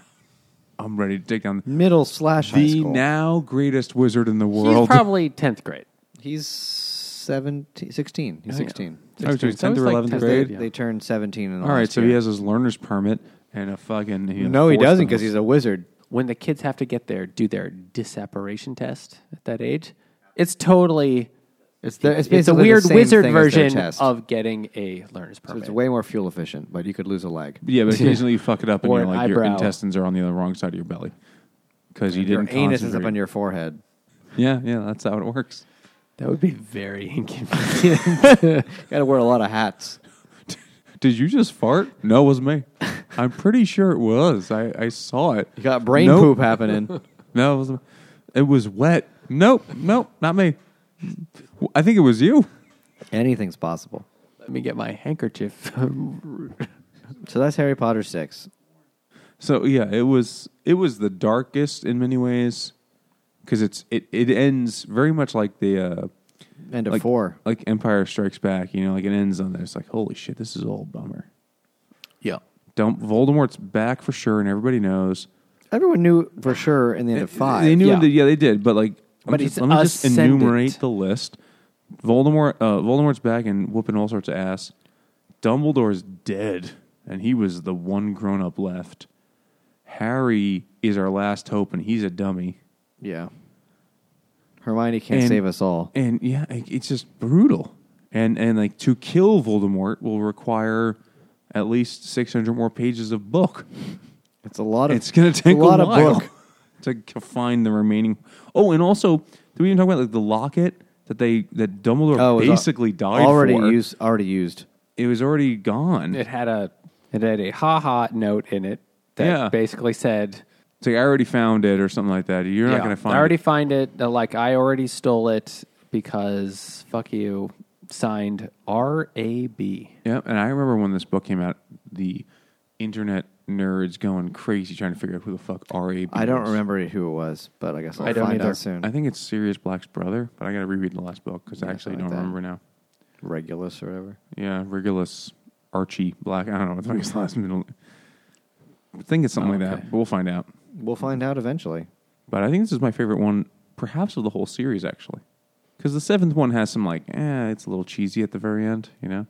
[SPEAKER 2] I'm ready to take on
[SPEAKER 3] Middle slash high
[SPEAKER 2] the
[SPEAKER 3] school.
[SPEAKER 2] now greatest wizard in the
[SPEAKER 1] He's
[SPEAKER 2] world. [LAUGHS]
[SPEAKER 1] probably tenth grade.
[SPEAKER 3] He's 17, 16. He's
[SPEAKER 1] yeah.
[SPEAKER 3] 16.
[SPEAKER 2] Oh, so he's 10th or
[SPEAKER 1] like
[SPEAKER 2] 11th
[SPEAKER 1] 10th
[SPEAKER 2] grade?
[SPEAKER 3] They,
[SPEAKER 1] yeah.
[SPEAKER 3] they turned 17 in the
[SPEAKER 2] All right,
[SPEAKER 3] last
[SPEAKER 2] so
[SPEAKER 3] year.
[SPEAKER 2] he has his learner's permit and a fucking.
[SPEAKER 3] No, he doesn't because he's a wizard.
[SPEAKER 1] when the kids have to get their do their disapparation test at that age, it's totally
[SPEAKER 3] It's, the, it's,
[SPEAKER 1] it's a
[SPEAKER 3] basically the
[SPEAKER 1] weird
[SPEAKER 3] same
[SPEAKER 1] wizard
[SPEAKER 3] thing as their
[SPEAKER 1] version
[SPEAKER 3] test.
[SPEAKER 1] of getting a learner's
[SPEAKER 3] So
[SPEAKER 1] permit.
[SPEAKER 3] it's way more fuel efficient, but you could lose a leg.
[SPEAKER 2] Yeah,
[SPEAKER 3] [LAUGHS]
[SPEAKER 2] but occasionally you fuck it up and
[SPEAKER 1] Or
[SPEAKER 2] you're
[SPEAKER 1] an
[SPEAKER 2] like your
[SPEAKER 1] eyebrow.
[SPEAKER 2] intestines are on the other wrong side of your belly because you
[SPEAKER 3] Your
[SPEAKER 2] didn't.
[SPEAKER 3] anus is up
[SPEAKER 2] concentrate.
[SPEAKER 3] on your forehead.
[SPEAKER 2] Yeah, yeah, that's how it works.
[SPEAKER 1] that would be very [LAUGHS] inconvenient.
[SPEAKER 3] Got to wear a lot of hats.
[SPEAKER 2] Did you just fart? No, it was
[SPEAKER 3] [LAUGHS]
[SPEAKER 2] me. I'm pretty sure it was. I, I saw it.
[SPEAKER 3] You got brain
[SPEAKER 2] Nope. [LAUGHS]
[SPEAKER 3] poop happening.
[SPEAKER 2] No, it was. It was wet. Nope, nope, not me. I think it was you.
[SPEAKER 3] Anything's possible.
[SPEAKER 1] Let me get my handkerchief. [LAUGHS]
[SPEAKER 3] So that's Harry Potter six.
[SPEAKER 2] So yeah, it was it was the darkest in many ways because it's it, it ends very much like the uh,
[SPEAKER 3] End of
[SPEAKER 2] like
[SPEAKER 3] four.
[SPEAKER 2] like Empire Strikes Back. You know, like it ends on there. It's like holy shit, this is all bummer.
[SPEAKER 1] yeah.
[SPEAKER 2] Dump Voldemort's back for sure, and everybody knows.
[SPEAKER 3] Everyone knew for sure in the end of five.
[SPEAKER 2] They knew,
[SPEAKER 1] Yeah.
[SPEAKER 2] yeah, yeah they did, but like, I'm
[SPEAKER 1] But
[SPEAKER 2] just-
[SPEAKER 1] he's
[SPEAKER 2] let me just
[SPEAKER 1] ascendant.
[SPEAKER 2] enumerate the list. Voldemort, uh, Voldemort's back and whooping all sorts of ass. Dumbledore's dead, and he was the one grown up left. Harry is our last hope, and he's a dummy.
[SPEAKER 3] yeah. Hermione can't
[SPEAKER 2] And-
[SPEAKER 3] save us all.
[SPEAKER 2] And yeah, it- it's just brutal. And and like to kill Voldemort will require at least 600 more pages of book.
[SPEAKER 3] It's a lot of.
[SPEAKER 2] It's going to take
[SPEAKER 3] a lot
[SPEAKER 2] a
[SPEAKER 3] of
[SPEAKER 2] while
[SPEAKER 3] book.
[SPEAKER 2] to c- find the remaining. Oh, and also, did we even talk about like the locket that they that Dumbledore
[SPEAKER 3] Oh, it was
[SPEAKER 2] basically died
[SPEAKER 3] already
[SPEAKER 2] for?
[SPEAKER 3] used. Already used.
[SPEAKER 2] it was already gone.
[SPEAKER 1] It had a it had a ha ha note in it that
[SPEAKER 2] Yeah.
[SPEAKER 1] basically said,
[SPEAKER 2] It's like I already found it or something like that. You're
[SPEAKER 1] yeah,
[SPEAKER 2] not going to find
[SPEAKER 1] I already
[SPEAKER 2] it.
[SPEAKER 1] find it. uh, Like I already stole it because fuck you. Signed R A B.
[SPEAKER 2] Yeah, and I remember when this book came out, the internet nerds going crazy trying to figure out who the fuck R.A.B.
[SPEAKER 3] I don't
[SPEAKER 2] was.
[SPEAKER 3] remember who it was, but I guess I'll
[SPEAKER 1] I don't
[SPEAKER 3] find
[SPEAKER 1] either.
[SPEAKER 3] out soon.
[SPEAKER 2] I think it's Sirius Black's brother, but I got to reread the last book because I
[SPEAKER 3] Yeah,
[SPEAKER 2] actually don't
[SPEAKER 3] something like that.
[SPEAKER 2] remember now.
[SPEAKER 3] Regulus or whatever.
[SPEAKER 2] Yeah, Regulus Archie Black. I don't know what the fuck his last middle. I think it's something
[SPEAKER 1] Oh,
[SPEAKER 2] like
[SPEAKER 1] okay.
[SPEAKER 2] that. But we'll find out.
[SPEAKER 3] We'll find out eventually.
[SPEAKER 2] But I think this is my favorite one, perhaps of the whole series, actually, because the seventh one has some like, eh, it's a little cheesy at the very end, you know.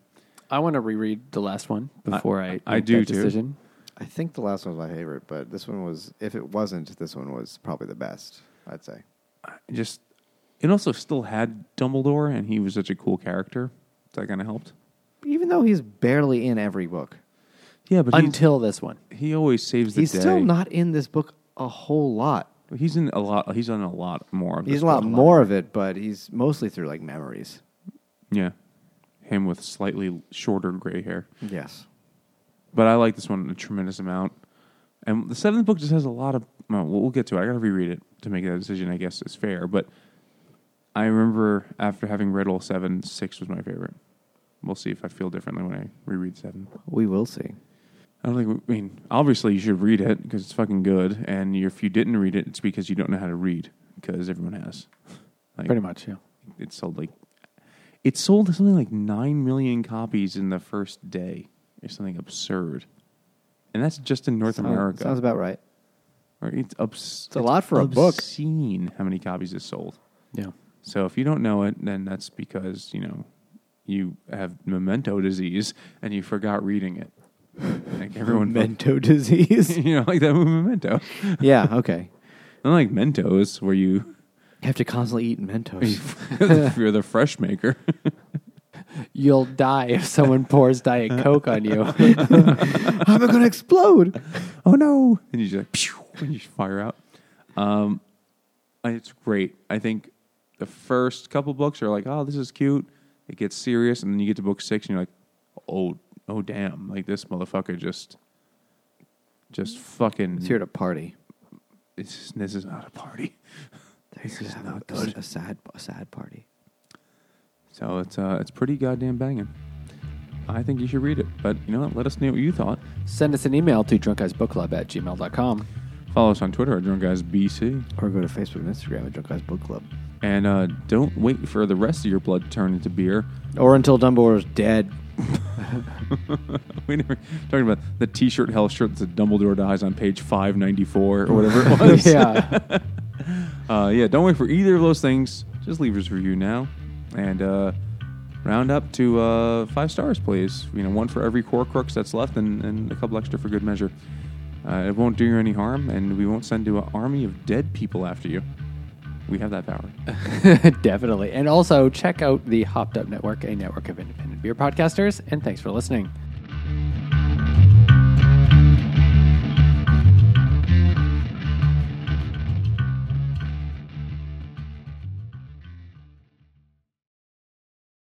[SPEAKER 1] I want to reread the last one before I
[SPEAKER 2] I
[SPEAKER 1] make
[SPEAKER 2] do
[SPEAKER 1] that
[SPEAKER 2] too.
[SPEAKER 1] decision.
[SPEAKER 3] I think the last one was my favorite, but this one was. If it wasn't, this one was probably the best. I'd say.
[SPEAKER 2] It just it also still had Dumbledore, and he was such a cool character. That kind of helped.
[SPEAKER 3] Even though he's barely in every book,
[SPEAKER 2] Yeah, but
[SPEAKER 1] Until this one.
[SPEAKER 2] he, he always saves the
[SPEAKER 3] he's
[SPEAKER 2] day.
[SPEAKER 3] still not in this book a whole lot.
[SPEAKER 2] He's in a lot. He's on a lot more. Of
[SPEAKER 3] He's
[SPEAKER 2] this
[SPEAKER 3] a lot
[SPEAKER 2] book.
[SPEAKER 3] more of it, but he's mostly through like memories.
[SPEAKER 2] Yeah, him with slightly shorter gray hair.
[SPEAKER 3] Yes.
[SPEAKER 2] But I like this one a tremendous amount. And the seventh book just has a lot of. Well, we'll we'll get to it. I got to reread it to make that decision. I guess is fair. But I remember after having read all seven, six was my favorite. We'll see if I feel differently when I reread seven.
[SPEAKER 3] We will see.
[SPEAKER 2] I don't think. I mean, obviously you should read it because it's fucking good. And you if you didn't read it, it's because you don't know how to read because everyone has. Like,
[SPEAKER 1] Pretty much, yeah.
[SPEAKER 2] It sold like it sold something like nine million copies in the first day. Or something absurd. And that's just in North
[SPEAKER 3] Sounds-
[SPEAKER 2] America
[SPEAKER 3] Sounds about right.
[SPEAKER 2] or Or It's, obs-
[SPEAKER 3] a lot for a book.
[SPEAKER 2] Obscene how many copies is sold.
[SPEAKER 1] Yeah.
[SPEAKER 2] So if you don't know it, then that's because you know you have memento disease and you forgot reading it. Like everyone,
[SPEAKER 3] Mento [LAUGHS] disease.
[SPEAKER 2] [LAUGHS] you know, like that movie Memento.
[SPEAKER 3] yeah, okay.
[SPEAKER 2] Not like Mentos, where you [LAUGHS]
[SPEAKER 3] You have to constantly eat Mentos.
[SPEAKER 2] you're the fresh maker.
[SPEAKER 1] [LAUGHS] You'll die if someone pours
[SPEAKER 2] [LAUGHS]
[SPEAKER 1] Diet Coke on you.
[SPEAKER 3] I'm going to explode.
[SPEAKER 2] oh no! And you just like, pew, and you just fire out. Um, it's great. I think the first couple books are like, oh, this is cute. It gets serious, and then you get to book six, and you're like, oh, oh damn! Like this motherfucker just, just fucking.
[SPEAKER 3] It's here to party.
[SPEAKER 2] This, this is not a party.
[SPEAKER 3] This is
[SPEAKER 2] not
[SPEAKER 3] a,
[SPEAKER 2] good.
[SPEAKER 3] A sad, a sad party.
[SPEAKER 2] So it's uh, it's pretty goddamn banging. I think you should read it, but you know what? Let us know what you thought.
[SPEAKER 1] Send us an email to drunkguysbookclub at gmail.com.
[SPEAKER 2] Follow us on Twitter at Drunk Guys BC.
[SPEAKER 3] Or go to Facebook and Instagram at Drunk Guys Book Club.
[SPEAKER 2] And uh, don't wait for the rest of your blood to turn into beer.
[SPEAKER 3] Or until Dumbledore's dead.
[SPEAKER 2] [LAUGHS] We never talking about the T-shirt hell shirt that said Dumbledore dies on page five ninety four or whatever
[SPEAKER 1] [LAUGHS]
[SPEAKER 2] it was.
[SPEAKER 1] yeah.
[SPEAKER 2] Uh, yeah, don't wait for either of those things. Just leave us a review now, and uh, round up to uh, five stars, please. You know, one for every core crooks that's left, and, and a couple extra for good measure. Uh, it won't do you any harm, and we won't send you an army of dead people after you. We have that power.
[SPEAKER 1] [LAUGHS] Definitely. And also check out the Hopped Up Network, a network of independent beer podcasters. And thanks for listening.